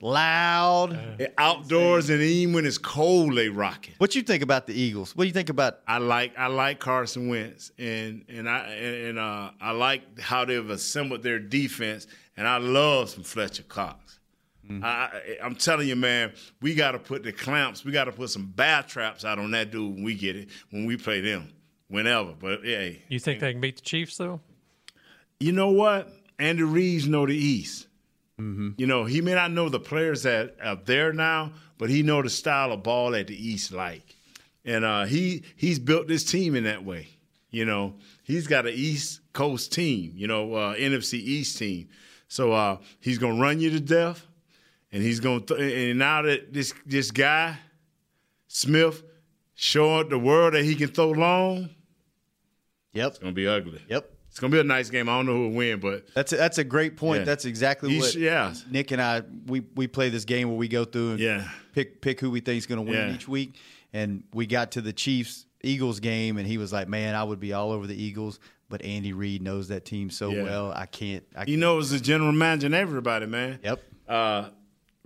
Speaker 3: loud.
Speaker 4: outdoors and even when it's cold, they rock it.
Speaker 3: What you think about the Eagles? What do you think about?
Speaker 4: I like I like Carson Wentz and and I and, and, uh, I like how they've assembled their defense and I love some Fletcher Cox. I, I, I'm telling you, man, we got to put the clamps. We got to put some bear traps out on that dude when we get it when we play them, whenever. But hey,
Speaker 5: you think they can beat the Chiefs though?
Speaker 4: you know what? Andy Reeves know the East.
Speaker 3: Mm-hmm.
Speaker 4: You know, he may not know the players that are there now, but he know the style of ball that the East like, and uh, he he's built this team in that way. You know, he's got an East Coast team. You know, uh, NFC East team. So uh, he's gonna run you to death, and he's gonna. Th- and now that this this guy Smith showed the world that he can throw long,
Speaker 3: Yep.
Speaker 4: It's gonna be ugly.
Speaker 3: Yep.
Speaker 4: It's gonna be a nice game. I don't know who will win, but
Speaker 3: That's a, that's a great point.
Speaker 4: Yeah.
Speaker 3: That's exactly
Speaker 4: You
Speaker 3: what.
Speaker 4: sh- yeah.
Speaker 3: Nick and I we we play this game where we go through and
Speaker 4: Yeah.
Speaker 3: pick pick who we think is going to win
Speaker 4: Yeah.
Speaker 3: each week, and we got to the Chiefs Eagles game, and he was like, "Man, I would be all over the Eagles." But Andy Reid knows that team so
Speaker 4: Yeah.
Speaker 3: well. I can't. I
Speaker 4: You know, it's the general manager and everybody, man.
Speaker 3: Yep.
Speaker 4: Uh,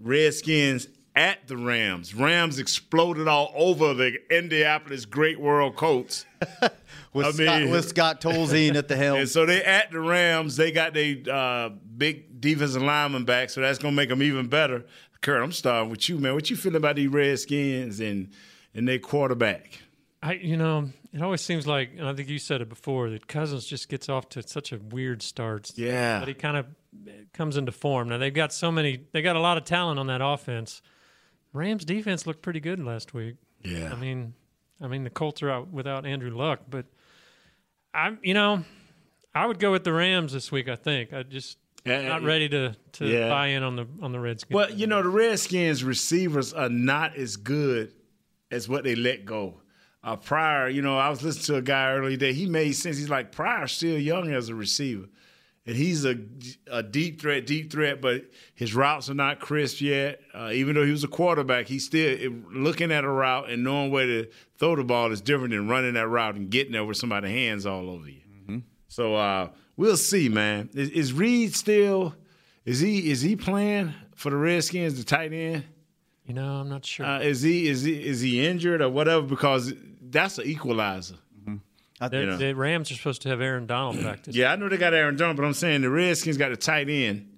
Speaker 4: Redskins at the Rams. Rams exploded all over the Indianapolis Great World Colts.
Speaker 3: with, Scott, with Scott Tolzien at the helm.
Speaker 4: And so they at the Rams. They got their uh, big defensive lineman back, so that's gonna make them even better. Kurt, I'm starting with you, man. What you feeling about these Redskins and and their quarterback?
Speaker 5: I you know it always seems like, and I think you said it before that Cousins just gets off to such a weird start.
Speaker 4: Yeah.
Speaker 5: but he kind of eh, comes into form. Now they've got so many, they got a lot of talent on that offense. Rams defense looked pretty good last week.
Speaker 4: Yeah.
Speaker 5: I mean, I mean the Colts are out without Andrew Luck, but I'm you know, I would go with the Rams this week. I think I just
Speaker 4: Yeah,
Speaker 5: not
Speaker 4: yeah.
Speaker 5: ready to to
Speaker 4: Yeah.
Speaker 5: buy in on the on the Redskins.
Speaker 4: Well, you know, the Redskins receivers are not as good as what they let go. Uh, Pryor, you know, I was listening to a guy earlier today. He made sense. He's like, Pryor's still young as a receiver. and he's a, a deep threat, deep threat, but his routes are not crisp yet. Uh, even though he was a quarterback, he's still eh, looking at a route and knowing where to throw the ball is different than running that route and getting there with somebody's hands all over you. So uh, we'll see, man. Is, is Reed still? Is he is he playing for the Redskins, the tight end?
Speaker 5: You know, I'm not sure.
Speaker 4: Uh, is he is he is he injured or whatever? Because that's an equalizer.
Speaker 5: The-
Speaker 4: you know.
Speaker 5: The Rams are supposed to have Aaron Donald back this
Speaker 4: Yeah, I know they got Aaron Donald, but I'm saying the Redskins got a tight end,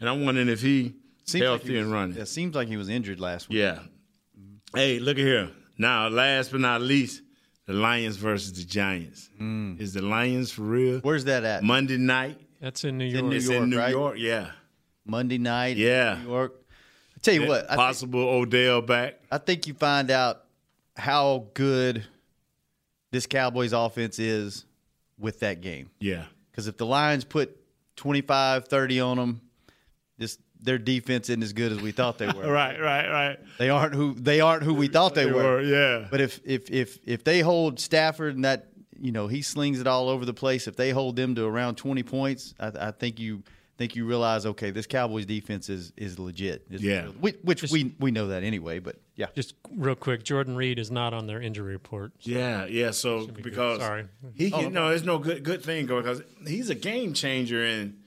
Speaker 4: and I'm wondering if he
Speaker 3: Seems like
Speaker 4: healthy
Speaker 3: he was-
Speaker 4: and running.
Speaker 3: yeah, seems like he was injured last week.
Speaker 4: Yeah. Hey, look at here. Now, last but not least, the Lions versus the Giants. Is the Lions for real?
Speaker 3: Mm. Where's that at?
Speaker 4: Monday night.
Speaker 5: That's in New
Speaker 4: York. It's in New
Speaker 3: right?
Speaker 4: York, yeah.
Speaker 3: Monday night.
Speaker 4: Yeah.
Speaker 3: New York. I tell you
Speaker 4: Yeah,
Speaker 3: what, I
Speaker 4: possible Odell back.
Speaker 3: I think you find out how good this Cowboys offense is with that game.
Speaker 4: Yeah.
Speaker 3: Because if the Lions put 25, 30 on them, this their defense isn't as good as we thought they were.
Speaker 4: Right, right, right.
Speaker 3: They aren't who they aren't who we thought they,
Speaker 4: They
Speaker 3: were.
Speaker 4: were, yeah.
Speaker 3: But if if if if they hold Stafford and that you know he slings it all over the place, if they hold them to around twenty points, I, I think you think you realize okay, this Cowboys defense is is legit. It's
Speaker 5: Yeah.
Speaker 3: which, which we we know that anyway. But yeah,
Speaker 5: just real quick. Jordan Reed is not on their injury report. so-
Speaker 4: Yeah, yeah. So
Speaker 5: Should be good.
Speaker 4: because
Speaker 5: Sorry.
Speaker 4: he
Speaker 5: Oh,
Speaker 4: can, no, it's no good good thing going because he's a game changer and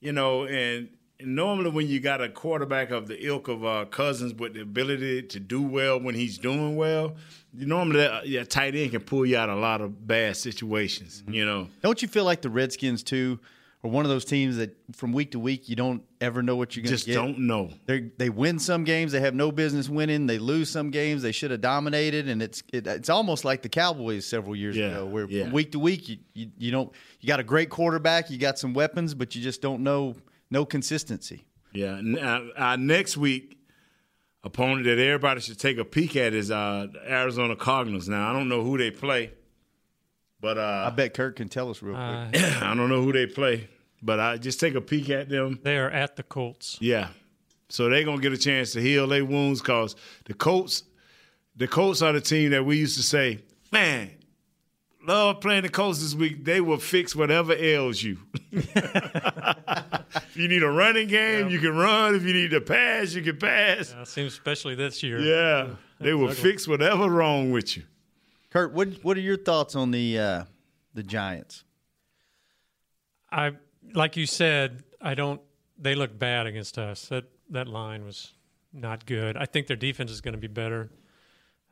Speaker 4: you know and, and normally when you got a quarterback of the ilk of uh, Cousins with the ability to do well when he's doing well, you normally that yeah, tight end can pull you out of a lot of bad situations. You know,
Speaker 3: don't you feel like the Redskins too? are one of those teams that from week to week you don't ever know what you're going to
Speaker 4: Just
Speaker 3: get.
Speaker 4: don't know.
Speaker 3: They they win some games they have no business winning. They lose some games they should have dominated, and it's it, it's almost like the Cowboys several years ago, where
Speaker 4: yeah.
Speaker 3: from week to week you, you you don't you got a great quarterback, you got some weapons, but you just don't know no consistency.
Speaker 4: Yeah. n- uh, Our next week opponent that everybody should take a peek at is uh, Arizona Cardinals. Now I don't know who they play, but uh,
Speaker 3: I bet Kirk can tell us real quick.
Speaker 4: I don't know who they play, but I just take a peek at them.
Speaker 5: They are at the Colts.
Speaker 4: Yeah, so they're gonna get a chance to heal their wounds because the Colts, the Colts are the team that we used to say, man, love playing the Colts this week. They will fix whatever ails you. if you need a running game, you can run. If you need to pass, you can pass.
Speaker 5: Yeah, it seems especially this year.
Speaker 4: Yeah, they will
Speaker 5: Exactly.
Speaker 4: fix whatever wrong with you.
Speaker 3: Kurt, what what are your thoughts on the uh, the Giants?
Speaker 5: I like you said, I don't they look bad against us. That that line was not good. I think their defense is going to be better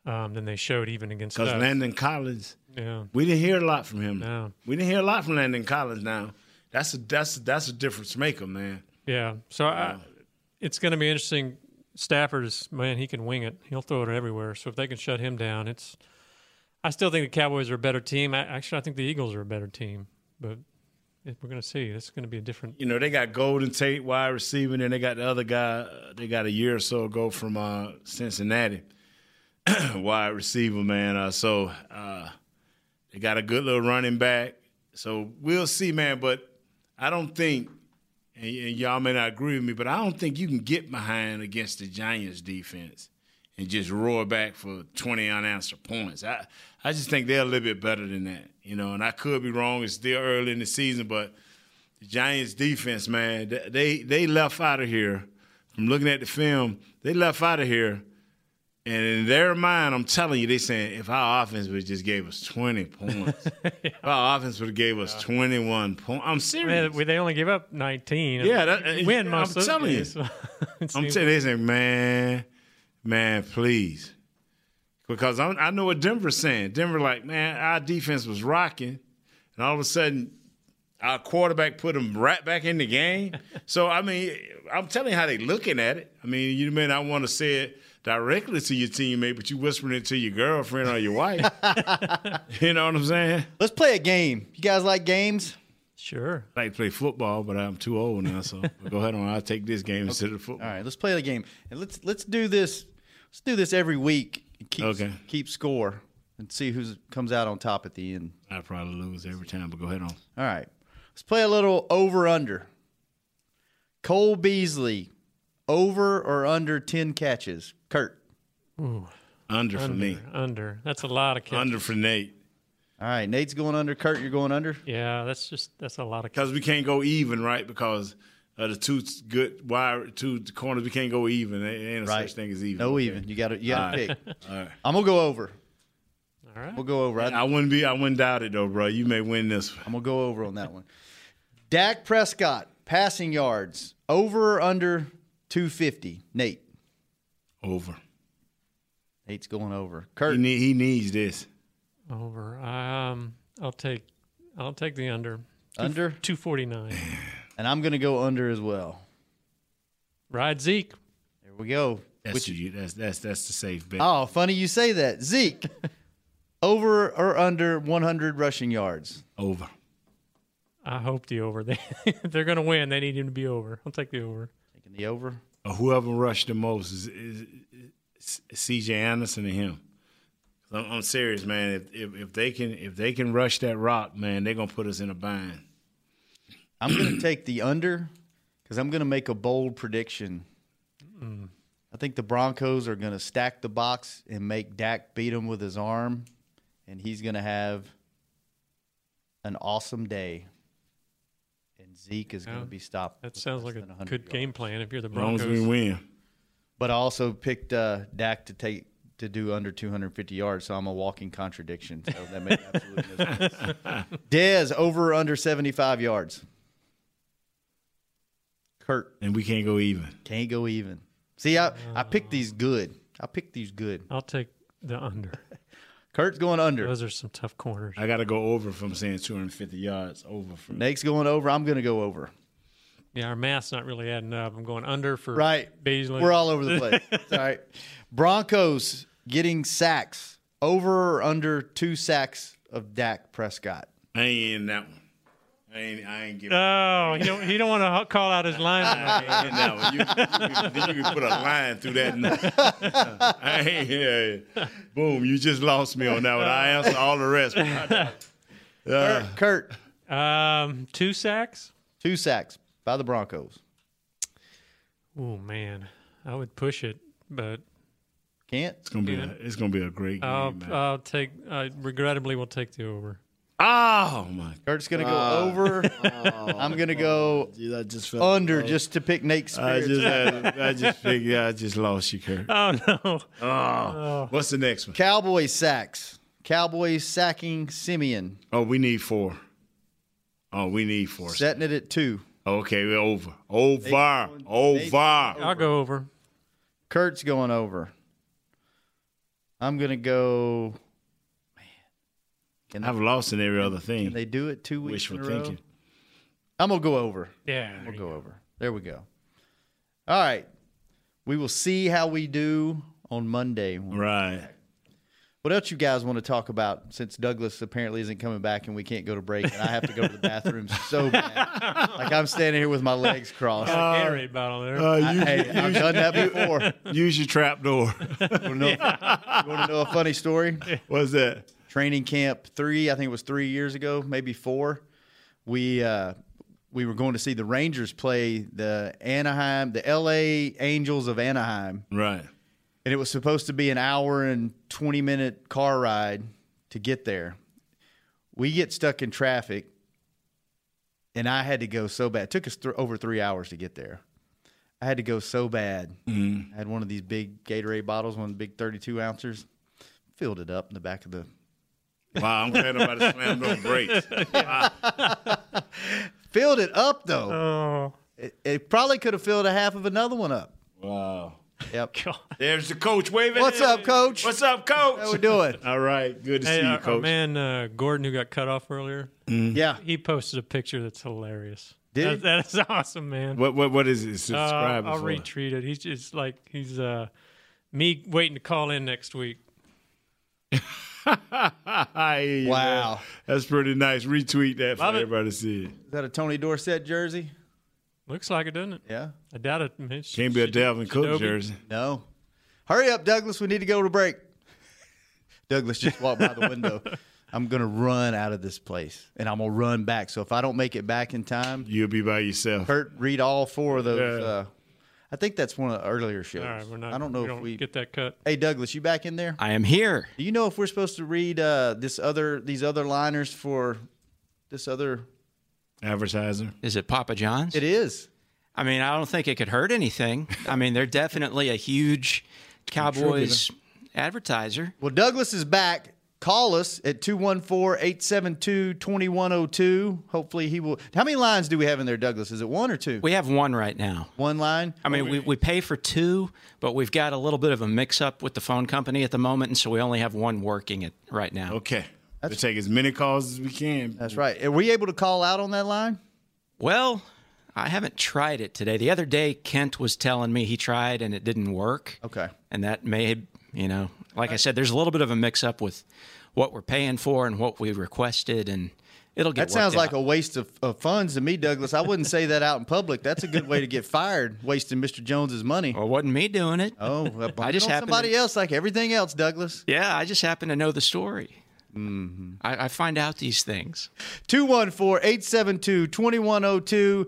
Speaker 5: um, than they showed even against us.
Speaker 4: Because Landon Collins,
Speaker 5: Yeah.
Speaker 4: we didn't hear a lot from him.
Speaker 5: No.
Speaker 4: We didn't hear a lot from Landon Collins. Now that's a that's that's a difference maker, man.
Speaker 5: Yeah. So I, it's going to be interesting. Stafford is man, he can wing it. He'll throw it everywhere. So if they can shut him down, it's. I still think the Cowboys are a better team. I, actually, I think the Eagles are a better team, but it, we're going to see. It's going to be a different.
Speaker 4: You know they got Golden Tate wide receiver, and then they got the other guy. uh, They got a year or so ago from uh, Cincinnati, wide receiver, man. Uh, so uh, they got a good little running back. So we'll see, man. But I don't think, and, and y'all may not agree with me, but I don't think you can get behind against the Giants defense and just roar back for 20 unanswered points. I, I just think they're a little bit better than that, you know, and I could be wrong. It's still early in the season, but the Giants defense, man, th- they, they left out of here. From looking at the film, they left out of here. And in their mind, I'm telling you, they saying if our offense would just gave us 20 points, if our offense would have gave us 21 points. I'm serious.
Speaker 5: Man, they only give up 19.
Speaker 4: Yeah, that-
Speaker 5: You win
Speaker 4: I'm
Speaker 5: most of
Speaker 4: telling you.
Speaker 5: those games. It
Speaker 4: I'm
Speaker 5: seems-
Speaker 4: saying they saying, man, man, please, because I'm, I know what Denver's saying. Denver, like, man, our defense was rocking, and all of a sudden, our quarterback put them right back in the game. so I mean, I'm telling you how they looking at it. I mean, you may not want to say it directly to your teammate, but you whispering it to your girlfriend or your wife. you know what I'm saying?
Speaker 3: Let's play a game. You guys like games?
Speaker 5: Sure.
Speaker 4: I like to play football, but I'm too old now, so go ahead on. I'll take this game instead of
Speaker 3: All
Speaker 4: football.
Speaker 3: right, let's play the game, and let's let's do this. Let's do this every week. and Keep,
Speaker 4: Okay.
Speaker 3: Keep score and see who comes out on top at the end.
Speaker 4: I probably lose every time, but go ahead on.
Speaker 3: All right, let's play a little over under. Cole Beasley, over or under ten catches? Kurt,
Speaker 5: Ooh,
Speaker 4: Under for me.
Speaker 5: Under. That's a lot of catches.
Speaker 4: Under for Nate.
Speaker 3: All right, Nate's going under. Kurt, you're going under.
Speaker 5: Yeah, that's just that's a lot of.
Speaker 4: Because we can't go even, right? Because of the two good wide two corners, we can't go even. There ain't no
Speaker 3: Right.
Speaker 4: such thing as even.
Speaker 3: No even. You gotta- you gotta
Speaker 4: All right.
Speaker 3: pick.
Speaker 4: All right.
Speaker 3: I'm gonna go over.
Speaker 5: All right.
Speaker 3: We'll go over.
Speaker 4: I wouldn't be. I wouldn't doubt it though, bro. You may win this.
Speaker 3: I'm gonna go over on that one. Dak Prescott passing yards over or under 250. Nate.
Speaker 4: Over.
Speaker 3: Nate's going over.
Speaker 4: He, need, he needs this.
Speaker 5: Over. Um, I'll take, I'll take the under.
Speaker 3: Under?
Speaker 5: two forty nine.
Speaker 3: And I'm gonna go under as well.
Speaker 5: Ride Zeke.
Speaker 3: There we go.
Speaker 4: That's you. That's that's that's the safe bet.
Speaker 3: Oh, funny you say that. Zeke, over or under 100 rushing yards?
Speaker 4: Over.
Speaker 5: I hope the over. They, if they're going to win. They need him to be over. I'll take the over.
Speaker 3: Taking the over.
Speaker 4: Or Uh, whoever rushed the most is, is, is C.J. Anderson and him. 'Cause I'm, I'm serious, man. If, if if they can if they can rush that rock, man, they're gonna put us in a bind.
Speaker 3: I'm going to take the under because I'm going to make a bold prediction.
Speaker 5: Mm.
Speaker 3: I think the Broncos are going to stack the box and make Dak beat him with his arm, and he's going to have an awesome day. And Zeke is going
Speaker 5: Yeah.
Speaker 3: to be stopped.
Speaker 5: That sounds like a good game plan if you're the
Speaker 3: As
Speaker 4: long
Speaker 5: Broncos.
Speaker 4: as we win.
Speaker 3: But I also picked uh, Dak to take to do under 250 yards, so I'm a walking contradiction. So that makes absolutely no sense. Dez over or under 75 yards. Kurt
Speaker 4: and we can't go even.
Speaker 3: Can't go even. See, I I picked these good. I picked these good.
Speaker 5: I'll take the under.
Speaker 3: Kurt's going under.
Speaker 5: Those are some tough corners.
Speaker 4: I got to go over from saying 250 yards over from.
Speaker 3: Nate's going over. I'm going to go over.
Speaker 5: Yeah, our math's not really adding up. I'm going under for
Speaker 3: Right.
Speaker 5: Beasley.
Speaker 3: We're all over the place. It's all right. Broncos getting sacks over or under two sacks of Dak Prescott.
Speaker 4: I ain't in that one. I ain't. I ain't giving.
Speaker 5: Oh, he don't, he don't want to call out his line.
Speaker 4: I ain't in that one. You, you, can- you can put a line through that. I ain't. Yeah, yeah. Boom! You just lost me on that one. I answered all the rest. Uh,
Speaker 3: Kurt.
Speaker 5: Um, two sacks.
Speaker 3: Two sacks by the Broncos.
Speaker 5: Oh man, I would push it, but
Speaker 3: can't.
Speaker 4: It's gonna be. A, it's gonna be a great game.
Speaker 5: I'll,
Speaker 4: man.
Speaker 5: I'll take. I regrettably will take the over.
Speaker 4: Oh my!
Speaker 3: Kurt's going to go
Speaker 5: Ah.
Speaker 3: over. I'm going to go under just to pick Nate's.
Speaker 4: I just,
Speaker 3: spirits.
Speaker 4: I, I just figured I just lost you, Kurt.
Speaker 5: Oh no!
Speaker 4: Oh, what's the next one?
Speaker 3: Cowboys sacks. Cowboys sacking Simeon,
Speaker 4: Oh, we need four. Oh, we need four.
Speaker 3: setting it at two.
Speaker 4: Okay, we're over. Over. Over.
Speaker 5: I'll go over.
Speaker 3: Kurt's going over. I'm gonna go. Man,
Speaker 4: I've lost in every other thing.
Speaker 3: Can they do it two weeks
Speaker 4: Wishful
Speaker 3: in a row?
Speaker 4: thinking.
Speaker 3: I'm gonna go over.
Speaker 5: Yeah,
Speaker 3: I'm gonna go over. There we go. All right, we will see how we do on Monday.
Speaker 4: Right.
Speaker 3: What else you guys want to talk about? Since Douglas apparently isn't coming back and we can't go to break, and I have to go to the bathroom so bad, like I'm standing here with my legs crossed.
Speaker 5: Got a Gatorade bottle there.
Speaker 4: Uh,
Speaker 3: I- hey, I've done that before.
Speaker 4: Use your trap door.
Speaker 3: You want to know a funny story?
Speaker 4: What's that?
Speaker 3: Training camp three, I think it was three years ago, maybe four. We uh, we were going to see the Rangers play the Anaheim, the L.A. Angels of Anaheim,
Speaker 4: Right.
Speaker 3: and it was supposed to be an hour and twenty minute car ride to get there. We get stuck in traffic, and I had to go so bad. It took us th- over three hours to get there. I had to go so bad.
Speaker 4: Mm-hmm.
Speaker 3: I had one of these big Gatorade bottles, one of the big 32 ouncers, filled it up in the back of the.
Speaker 4: Wow, I'm glad nobody slammed on brakes.
Speaker 3: Filled it up though.
Speaker 5: Oh.
Speaker 3: It, it probably could have filled a half of another one up.
Speaker 4: Wow.
Speaker 3: Yep.
Speaker 4: There's the coach waving.
Speaker 3: What's up, coach?
Speaker 4: What's up, coach?
Speaker 3: How we doing?
Speaker 4: All right. Good to
Speaker 5: Hey,
Speaker 4: see you,
Speaker 5: our, our
Speaker 4: coach. Mm-hmm.
Speaker 5: man uh, Gordon who got cut off earlier.
Speaker 3: Yeah,
Speaker 5: he posted a picture that's hilarious.
Speaker 4: Did he?
Speaker 5: that, that is awesome, man.
Speaker 4: What what what is it?
Speaker 5: Uh,
Speaker 4: Subscribe.
Speaker 5: I'll
Speaker 4: for?
Speaker 5: retweet it. He's just like he's uh, me waiting to call in next week.
Speaker 4: Hey,
Speaker 3: Wow.
Speaker 4: man, that's pretty nice. Retweet that for
Speaker 5: Love it.
Speaker 4: everybody to see it.
Speaker 3: Is that a Tony Dorsett jersey?
Speaker 5: Looks like it, doesn't it?
Speaker 3: Yeah.
Speaker 5: I doubt it. man. It's-
Speaker 4: Can't be a Dalvin Cook
Speaker 5: Shinobi.
Speaker 4: jersey.
Speaker 3: No. Hurry up, Douglas. We need to go to break. Douglas just walked by the window. I'm going to run out of this place and I'm going to run back. So if I don't make it back in time,
Speaker 4: you'll be by yourself.
Speaker 3: Kurt, read all four of those.
Speaker 4: Yeah.
Speaker 3: Uh, I think that's one of the earlier shows.
Speaker 5: All right, we're not.
Speaker 3: I don't know
Speaker 5: we
Speaker 3: if we
Speaker 5: get that cut.
Speaker 3: Hey Douglas, you back in there?
Speaker 6: I am here.
Speaker 3: Do you know if we're supposed to read uh, this other these other liners for this other?
Speaker 4: Advertiser.
Speaker 6: Is it Papa John's? It
Speaker 3: is.
Speaker 6: I mean, I don't think it could hurt anything. I mean, they're definitely a huge Cowboys advertiser.
Speaker 3: Well, Douglas is back. Call us at 214-872-2102. Hopefully he will. How many lines do we have in there, Douglas? Is it one or two?
Speaker 6: We have one right now.
Speaker 3: One line?
Speaker 6: I mean, we, we pay for two, but we've got a little bit of a mix up with the phone company at the moment, and so we only have one working it right now.
Speaker 4: Okay. Let's take as many calls as we can.
Speaker 3: That's right. Are we able to call out on that line?
Speaker 6: Well, I haven't tried it today. The other day, Kent was telling me he tried and it didn't work.
Speaker 3: Okay. Uh,
Speaker 6: And that may, you know, like I said, there's a little bit of a mix up with what we're paying for and what we requested, and it'll get.
Speaker 3: That sounds like
Speaker 6: a.
Speaker 3: a waste of, of funds to me, Douglas. I wouldn't say that out in public. That's a good way to get fired, wasting Mr. Jones's money.
Speaker 6: Well, it wasn't me doing it.
Speaker 3: Oh, well,
Speaker 6: I just
Speaker 3: on
Speaker 6: happened.
Speaker 3: somebody
Speaker 6: to,
Speaker 3: else like everything else, Douglas. Mm-hmm.
Speaker 6: Yeah, I just happen to know the story. I, I find out these things.
Speaker 3: 214-872-2102.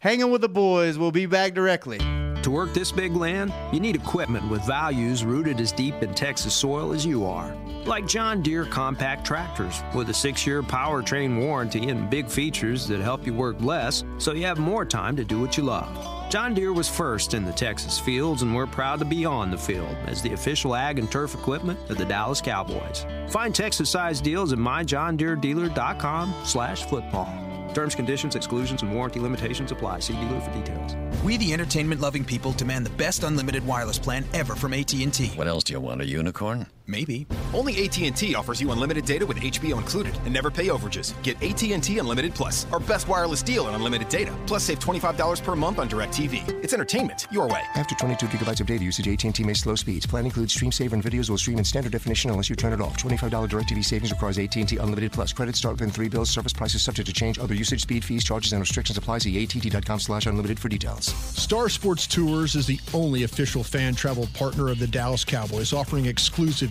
Speaker 3: Hanging with the boys. We'll be back directly.
Speaker 20: To work this big land, you need equipment with values rooted as deep in Texas soil as you are. Like John Deere compact tractors with a six year powertrain warranty and big features that help you work less so you have more time to do what you love. John Deere was first in the Texas fields, and we're proud to be on the field as the official ag and turf equipment of the Dallas Cowboys. Find Texas-sized deals at myjohndeeredealer.com slash football. Terms, conditions, exclusions, and warranty limitations apply. See dealer for details.
Speaker 11: We, the entertainment-loving people, demand the best unlimited wireless plan ever from AT&T.
Speaker 21: What else do you want? A unicorn?
Speaker 11: Maybe.
Speaker 13: Only AT&T offers you unlimited data with HBO included and never pay overages. Get AT&T Unlimited Plus, our best wireless deal and unlimited data. Plus save $25 per month on DirecTV. It's entertainment your way.
Speaker 14: After 22 gigabytes of data usage, AT&T may slow speeds. Plan includes stream saver and videos will stream in standard definition unless you turn it off. $25 DirecTV savings requires AT&T Unlimited Plus. Credit start within three bills. Service prices subject to change. Other usage, speed, fees, charges, and restrictions apply. See att.com slash unlimited for details.
Speaker 22: Star Sports Tours is the only official fan travel partner of the Dallas Cowboys, offering exclusive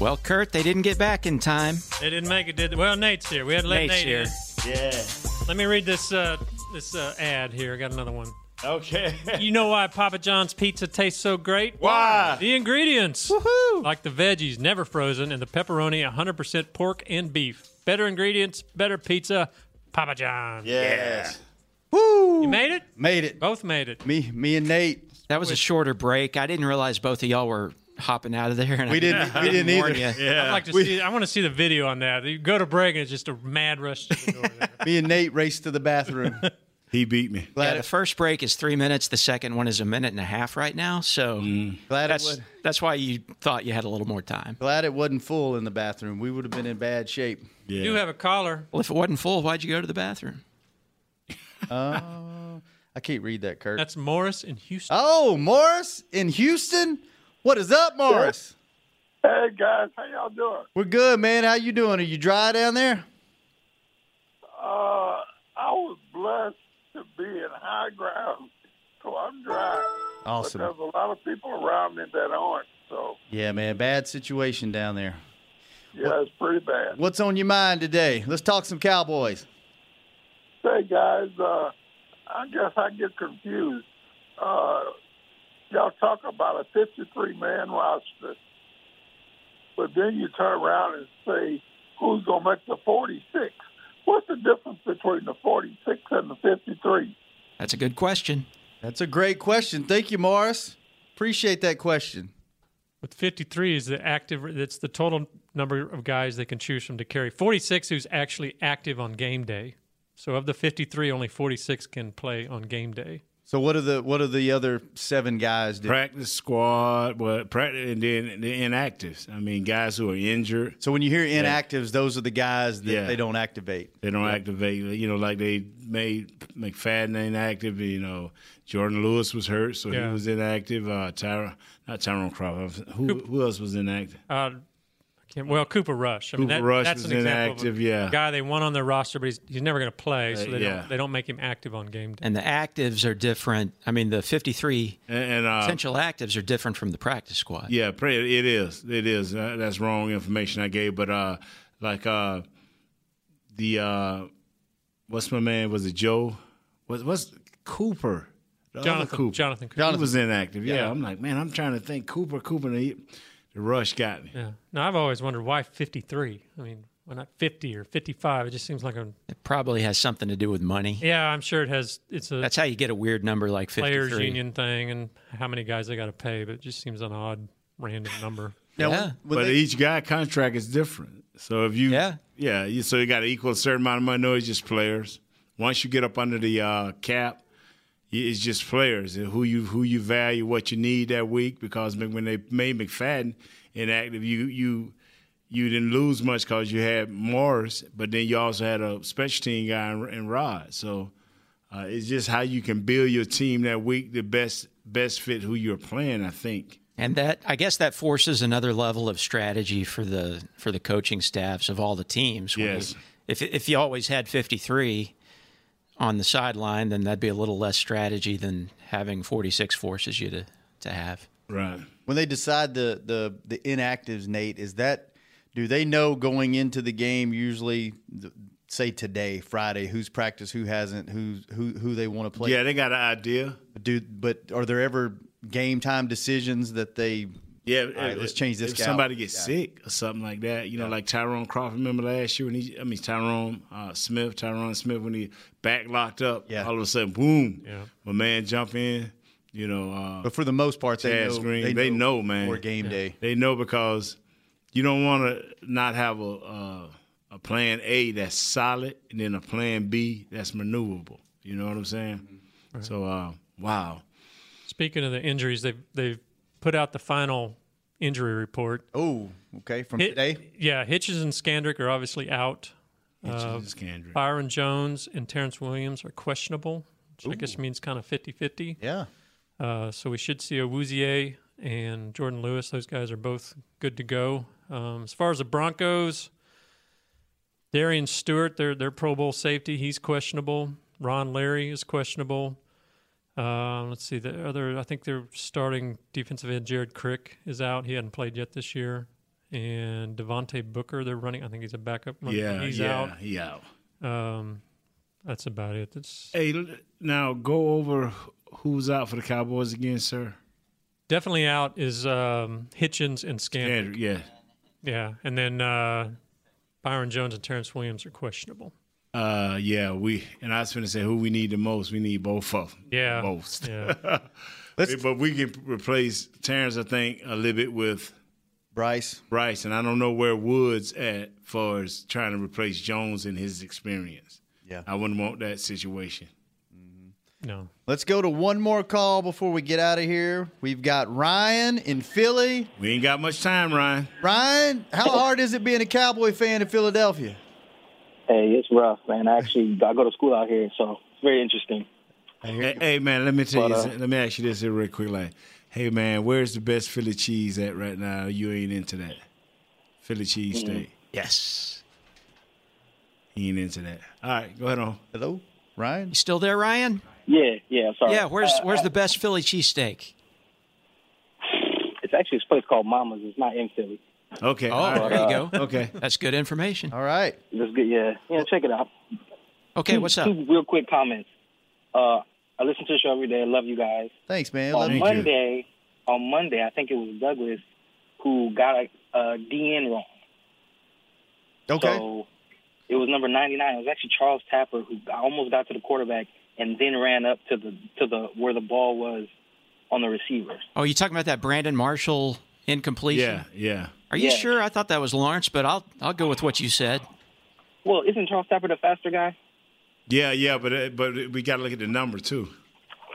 Speaker 6: Well, Kurt, they didn't get back in time.
Speaker 5: They didn't make it, did they? Well, Nate's here. We had to let
Speaker 6: Nate's
Speaker 5: Nate in.
Speaker 6: here.
Speaker 5: Let me read this uh, this uh, ad here. I got another one.
Speaker 4: Okay.
Speaker 5: you know why Papa John's pizza tastes so great?
Speaker 4: Why?
Speaker 5: The ingredients. Woohoo! Like the veggies, never frozen, and the pepperoni, 100% pork and beef. Better ingredients, better pizza. Papa John's.
Speaker 4: Yes.
Speaker 5: You made it?
Speaker 3: Made it.
Speaker 5: Both made it.
Speaker 3: Me, me and Nate.
Speaker 6: That was a shorter break. I didn't realize both of y'all were hopping out of there. And
Speaker 3: We
Speaker 6: I
Speaker 3: didn't- we didn't
Speaker 6: warn
Speaker 3: either.
Speaker 6: you.
Speaker 5: I'd like to see. I want to see the video on that. You go to break and it's just a mad rush. To the door.
Speaker 3: Me and Nate raced to the bathroom.
Speaker 4: he beat me.
Speaker 6: yeah, the first break is three minutes. The second one is a minute and a half right now. So
Speaker 3: Mm. Glad it
Speaker 6: that's
Speaker 3: would-
Speaker 6: that's why you thought you had a little more time.
Speaker 3: Glad it wasn't full in the bathroom. We would have been in bad shape.
Speaker 5: You do have a caller.
Speaker 6: Well, if it wasn't full, why'd you go to the bathroom?
Speaker 3: Uh, I can't read that, Kurt.
Speaker 5: That's Morris in Houston.
Speaker 3: Oh, Morris in Houston. What is up, Morris?
Speaker 23: Hey guys, how y'all doing?
Speaker 3: We're good, man. How you doing? Are you dry down there?
Speaker 23: Uh, I was blessed to be in high ground, so I'm dry.
Speaker 3: Awesome.
Speaker 23: But there's a lot of people around me that aren't, so
Speaker 3: Yeah, man. Bad situation down there.
Speaker 23: yeah, it's pretty bad.
Speaker 3: What's on your mind today? Let's talk some Cowboys.
Speaker 23: Say guys, uh, I guess I get confused. Uh, y'all talk about a 53 man roster, but then you turn around and say, who's going to make the 46? What's the difference between the 46 and the 53?
Speaker 6: That's a good question.
Speaker 3: That's a great question. Thank you, Morris. Appreciate that question.
Speaker 5: With 53 is the active. That's the total number of guys they can choose from to carry. 46 who's actually active on game day. So of the 53, only 46 can play on game day.
Speaker 3: So what are the what are the other seven guys do?
Speaker 4: Practice squad, well, practice, and then the inactives. I mean, guys who are injured.
Speaker 3: So when you hear inactives, those are the guys that they don't activate.
Speaker 4: They don't activate. You know, like they made McFadden inactive. You know, Jordan Lewis was hurt, so
Speaker 5: Yeah.
Speaker 4: he was inactive. Uh, Tyron, not Tyrone Crawford. Who, who else was inactive?
Speaker 5: Uh, I can't- well, Cooper Rush. I mean,
Speaker 4: Cooper
Speaker 5: that,
Speaker 4: Rush
Speaker 5: that's
Speaker 4: was
Speaker 5: an example of
Speaker 4: inactive,
Speaker 5: a
Speaker 4: yeah.
Speaker 5: guy they want on their roster, but he's, he's never going to play, so
Speaker 4: Uh,
Speaker 5: they,
Speaker 4: yeah.
Speaker 5: don't, they don't make him active on game day.
Speaker 6: And the actives are different. I mean, the 53
Speaker 4: And, and uh,
Speaker 6: potential actives are different from the practice squad.
Speaker 4: Yeah, pray it is. It is. Uh, that's wrong information I gave. But uh, like uh, the uh, what's my man? Was it Joe? What, what's Cooper? The other
Speaker 5: Jonathan- Jonathan Cooper.
Speaker 4: He was inactive. Yeah.
Speaker 5: Yeah.
Speaker 4: I'm like, man, I'm trying to think. Cooper, Cooper, and he, the rush got me.
Speaker 5: Yeah. Now, I've always wondered why 53? I mean, why not 50 or 55? It just seems like a.
Speaker 6: It probably has something to do with money.
Speaker 5: Yeah, I'm sure it has. It's a
Speaker 6: That's how you get a weird number like 53.
Speaker 5: players union thing and how many guys they got to pay, but it just seems an odd, random number.
Speaker 4: but each guy contract is different. So if you yeah yeah, you, so you got to equal a certain amount of money. No, it's just players. Once you get up under the uh, cap, i- it's just players and who you who you value, what you need that week. Because Mc- when they made McFadden inactive, you you you didn't lose much because you had Morris, but then you also had a special team guy in, in Rod. So uh, it's just how you can build your team that week the best best fit who you're playing. I think.
Speaker 6: And that I guess that forces another level of strategy for the for the coaching staffs of all the teams. When
Speaker 4: Yes.
Speaker 6: you- if if you always had 53 on the sideline, then that'd be a little less strategy than having 46 forces you to to have.
Speaker 4: Right.
Speaker 3: When they decide the the the inactives, Nate, is that do they know going into the game usually? th- Say today, Friday, who's practiced, who hasn't, who's who who they want to play.
Speaker 4: Yeah, they got an idea.
Speaker 3: Do but are there ever game time decisions that they? All
Speaker 4: Yeah,
Speaker 3: right,
Speaker 4: if-
Speaker 3: let's change this.
Speaker 4: If
Speaker 3: guy out."
Speaker 4: somebody gets
Speaker 3: Yeah.
Speaker 4: sick or something like that, you know, like Tyrone Crawford. Remember last year when he, I mean Tyrone uh, Smith, Tyrone Smith when he back locked up. Yeah. all of a sudden, boom,
Speaker 3: Yeah.
Speaker 4: my man jump in. You know, uh,
Speaker 3: But for the most part, they
Speaker 4: Chaz
Speaker 3: know-
Speaker 4: Green,
Speaker 3: they
Speaker 4: they,
Speaker 3: know
Speaker 4: know, man.
Speaker 3: before game Yeah. day.
Speaker 4: they know because you don't want to not have a uh, a plan A that's solid, and then a plan B that's maneuverable. You know what I'm saying? So, uh, wow.
Speaker 5: Speaking of the injuries, they've they've put out the final injury report.
Speaker 3: Oh, okay, from today?
Speaker 5: Yeah, Hitchens and Skandrick are obviously out. Uh,
Speaker 4: Hitchens and Skandrick.
Speaker 5: Byron Jones and Terrence Williams are questionable, which I guess
Speaker 3: Ooh.
Speaker 5: means kind of 50-50.
Speaker 3: Yeah.
Speaker 5: Uh, so we should see Awuzie and Jordan Lewis. Those guys are both good to go. Um, as far as the Broncos, Darian Stewart, their their Pro Bowl safety, he's questionable. Ron Larry is questionable. Uh, let's see the other. I think their starting defensive end Jared Crick is out. He hadn't played yet this year. And Devontae Booker, they're running. I think he's a backup. Running.
Speaker 4: Yeah,
Speaker 5: he's
Speaker 4: yeah,
Speaker 5: out.
Speaker 4: he out.
Speaker 5: Um, that's about it. It's
Speaker 4: Hey, l- now go over who's out for the Cowboys again, sir.
Speaker 5: definitely out is um, Hitchens and Scanner.
Speaker 4: yeah.
Speaker 5: Yeah, and then uh, Byron Jones and Terrence Williams are questionable.
Speaker 4: Uh, yeah, we and I was going to say who we need the most. We need both of them.
Speaker 5: Yeah.
Speaker 4: most.
Speaker 5: Yeah.
Speaker 4: but we can replace Terrence, I think, a little bit with
Speaker 3: Bryce.
Speaker 4: Bryce, and I don't know where Woods at far as trying to replace Jones in his experience.
Speaker 3: Yeah,
Speaker 4: I wouldn't want that situation.
Speaker 5: No.
Speaker 3: Let's go to one more call before we get out of here. We've got Ryan in Philly.
Speaker 4: We ain't got much time, Ryan.
Speaker 3: Ryan, how hard is it being a Cowboy fan in Philadelphia?
Speaker 1: Hey, it's rough, man. I actually I go to school out here, so it's very interesting.
Speaker 4: Hey, hey, man, let me tell
Speaker 1: But,
Speaker 4: you.
Speaker 1: uh,
Speaker 4: something. let me ask you this here real quick, like, hey man, where's the best Philly cheese at right now? You ain't into that Philly cheese
Speaker 1: Mm-hmm.
Speaker 4: steak.
Speaker 6: Yes.
Speaker 4: He ain't into that. All right, go ahead on.
Speaker 3: Hello, Ryan.
Speaker 6: You still there, Ryan?
Speaker 1: Yeah, yeah. I'm sorry.
Speaker 6: Yeah. Where's
Speaker 1: Uh,
Speaker 6: Where's
Speaker 1: I-
Speaker 6: the best Philly cheesesteak?
Speaker 1: It's actually this place called Mama's. It's not in Philly.
Speaker 4: Okay.
Speaker 6: Oh,
Speaker 1: all right.
Speaker 6: there you go.
Speaker 4: okay.
Speaker 6: That's good information.
Speaker 3: All right.
Speaker 1: That's good. Yeah, yeah. Check it out.
Speaker 6: Okay,
Speaker 1: Two-
Speaker 6: what's up?
Speaker 1: Two real quick comments. Uh, I listen to the show every day. I love you guys.
Speaker 3: Thanks, man.
Speaker 1: on Monday, on Monday, I think it was Douglas who got a, a DN wrong.
Speaker 3: Okay.
Speaker 1: So it was number 99. It was actually Charles Tapper who almost got to the quarterback and then ran up to the to the where the ball was on the receiver.
Speaker 6: Oh, you talking about that Brandon Marshall incompletion?
Speaker 4: Yeah, yeah.
Speaker 6: Are you
Speaker 1: Yeah.
Speaker 6: sure? I thought that was Lawrence, but I'll I'll go with what you said.
Speaker 1: Well, isn't Charles Tapper the faster guy?
Speaker 4: Yeah, yeah, but uh, but we got to look at the number too.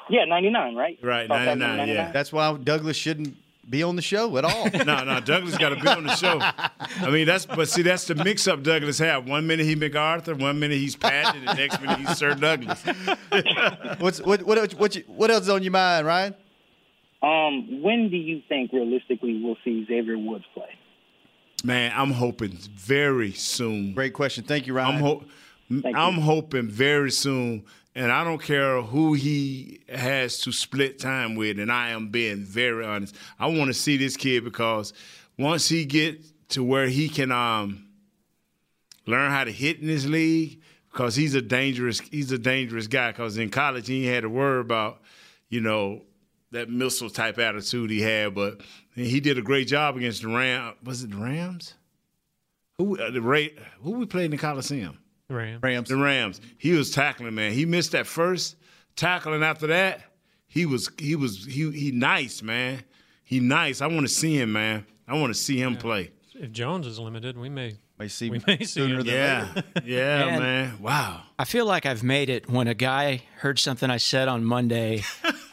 Speaker 1: Yeah, 99, right?
Speaker 4: Right,
Speaker 1: South Alabama,
Speaker 3: That's why Douglas shouldn't be on the show at all.
Speaker 4: no, no, Douglas got to be on the show. I mean, that's but see, that's the mix-up Douglas had. One minute he MacArthur, one minute he's Patton, and the next minute he's Sir Douglas.
Speaker 3: What's what what else- what you, what else is on your mind, Ryan?
Speaker 1: Um, when do you think realistically we'll see Xavier Woods play?
Speaker 4: Man, I'm hoping very soon.
Speaker 3: Great question. Thank you, Ryan.
Speaker 4: I'm, ho- I'm hoping very soon, and I don't care who he has to split time with. And I am being very honest. I want to see this kid because once he get to where he can um, learn how to hit in this league, because he's a dangerous he's a dangerous guy. Because in college he had to worry about you know that missile type attitude he had, but he did a great job against the Rams. Was it the Rams? Who uh, the Ray, Who we played in the Coliseum?
Speaker 5: Rams.
Speaker 4: Rams. The Rams. He was tackling, man. He missed that first tackle, and after that, he was he was he he nice, man. He nice. I want to see him, man. I want to see him play.
Speaker 5: If Jones is limited, we may
Speaker 3: may see
Speaker 5: we may see
Speaker 4: sooner
Speaker 5: him.
Speaker 4: than Yeah. later. Yeah, man. Wow.
Speaker 6: I feel like I've made it when a guy heard something I said on Monday,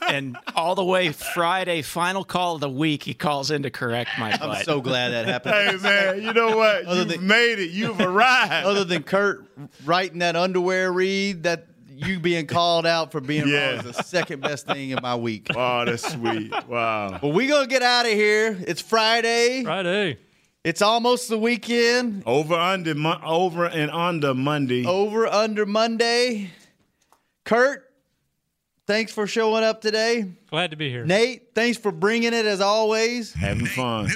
Speaker 6: and all the way Friday, final call of the week, he calls in to correct my.
Speaker 3: I'm
Speaker 6: butt.
Speaker 3: so glad that happened.
Speaker 4: Hey man, you know what? You've made it. You've arrived.
Speaker 3: Other than Kurt writing that underwear read, that you being called out for being
Speaker 4: Yeah.
Speaker 3: wrong is the second best thing in my week.
Speaker 4: Wow, that's sweet. Wow.
Speaker 3: Well, we gonna get out of here. It's Friday.
Speaker 5: Friday.
Speaker 3: It's almost the weekend.
Speaker 4: Over under mon- over and under Monday.
Speaker 3: Over under Monday. Kurt, thanks for showing up today.
Speaker 5: Glad to be here.
Speaker 3: Nate, thanks for bringing it as always.
Speaker 4: Having fun.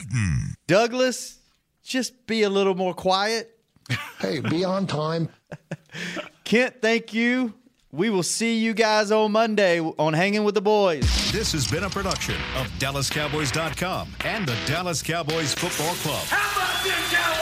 Speaker 3: Douglas, just be a little more quiet.
Speaker 7: hey, be on time.
Speaker 3: Kent, thank you. We will see you guys on Monday on Hanging with the Boys.
Speaker 8: This has been a production of DallasCowboys.com and the Dallas Cowboys Football Club.
Speaker 16: How about them Cowboys?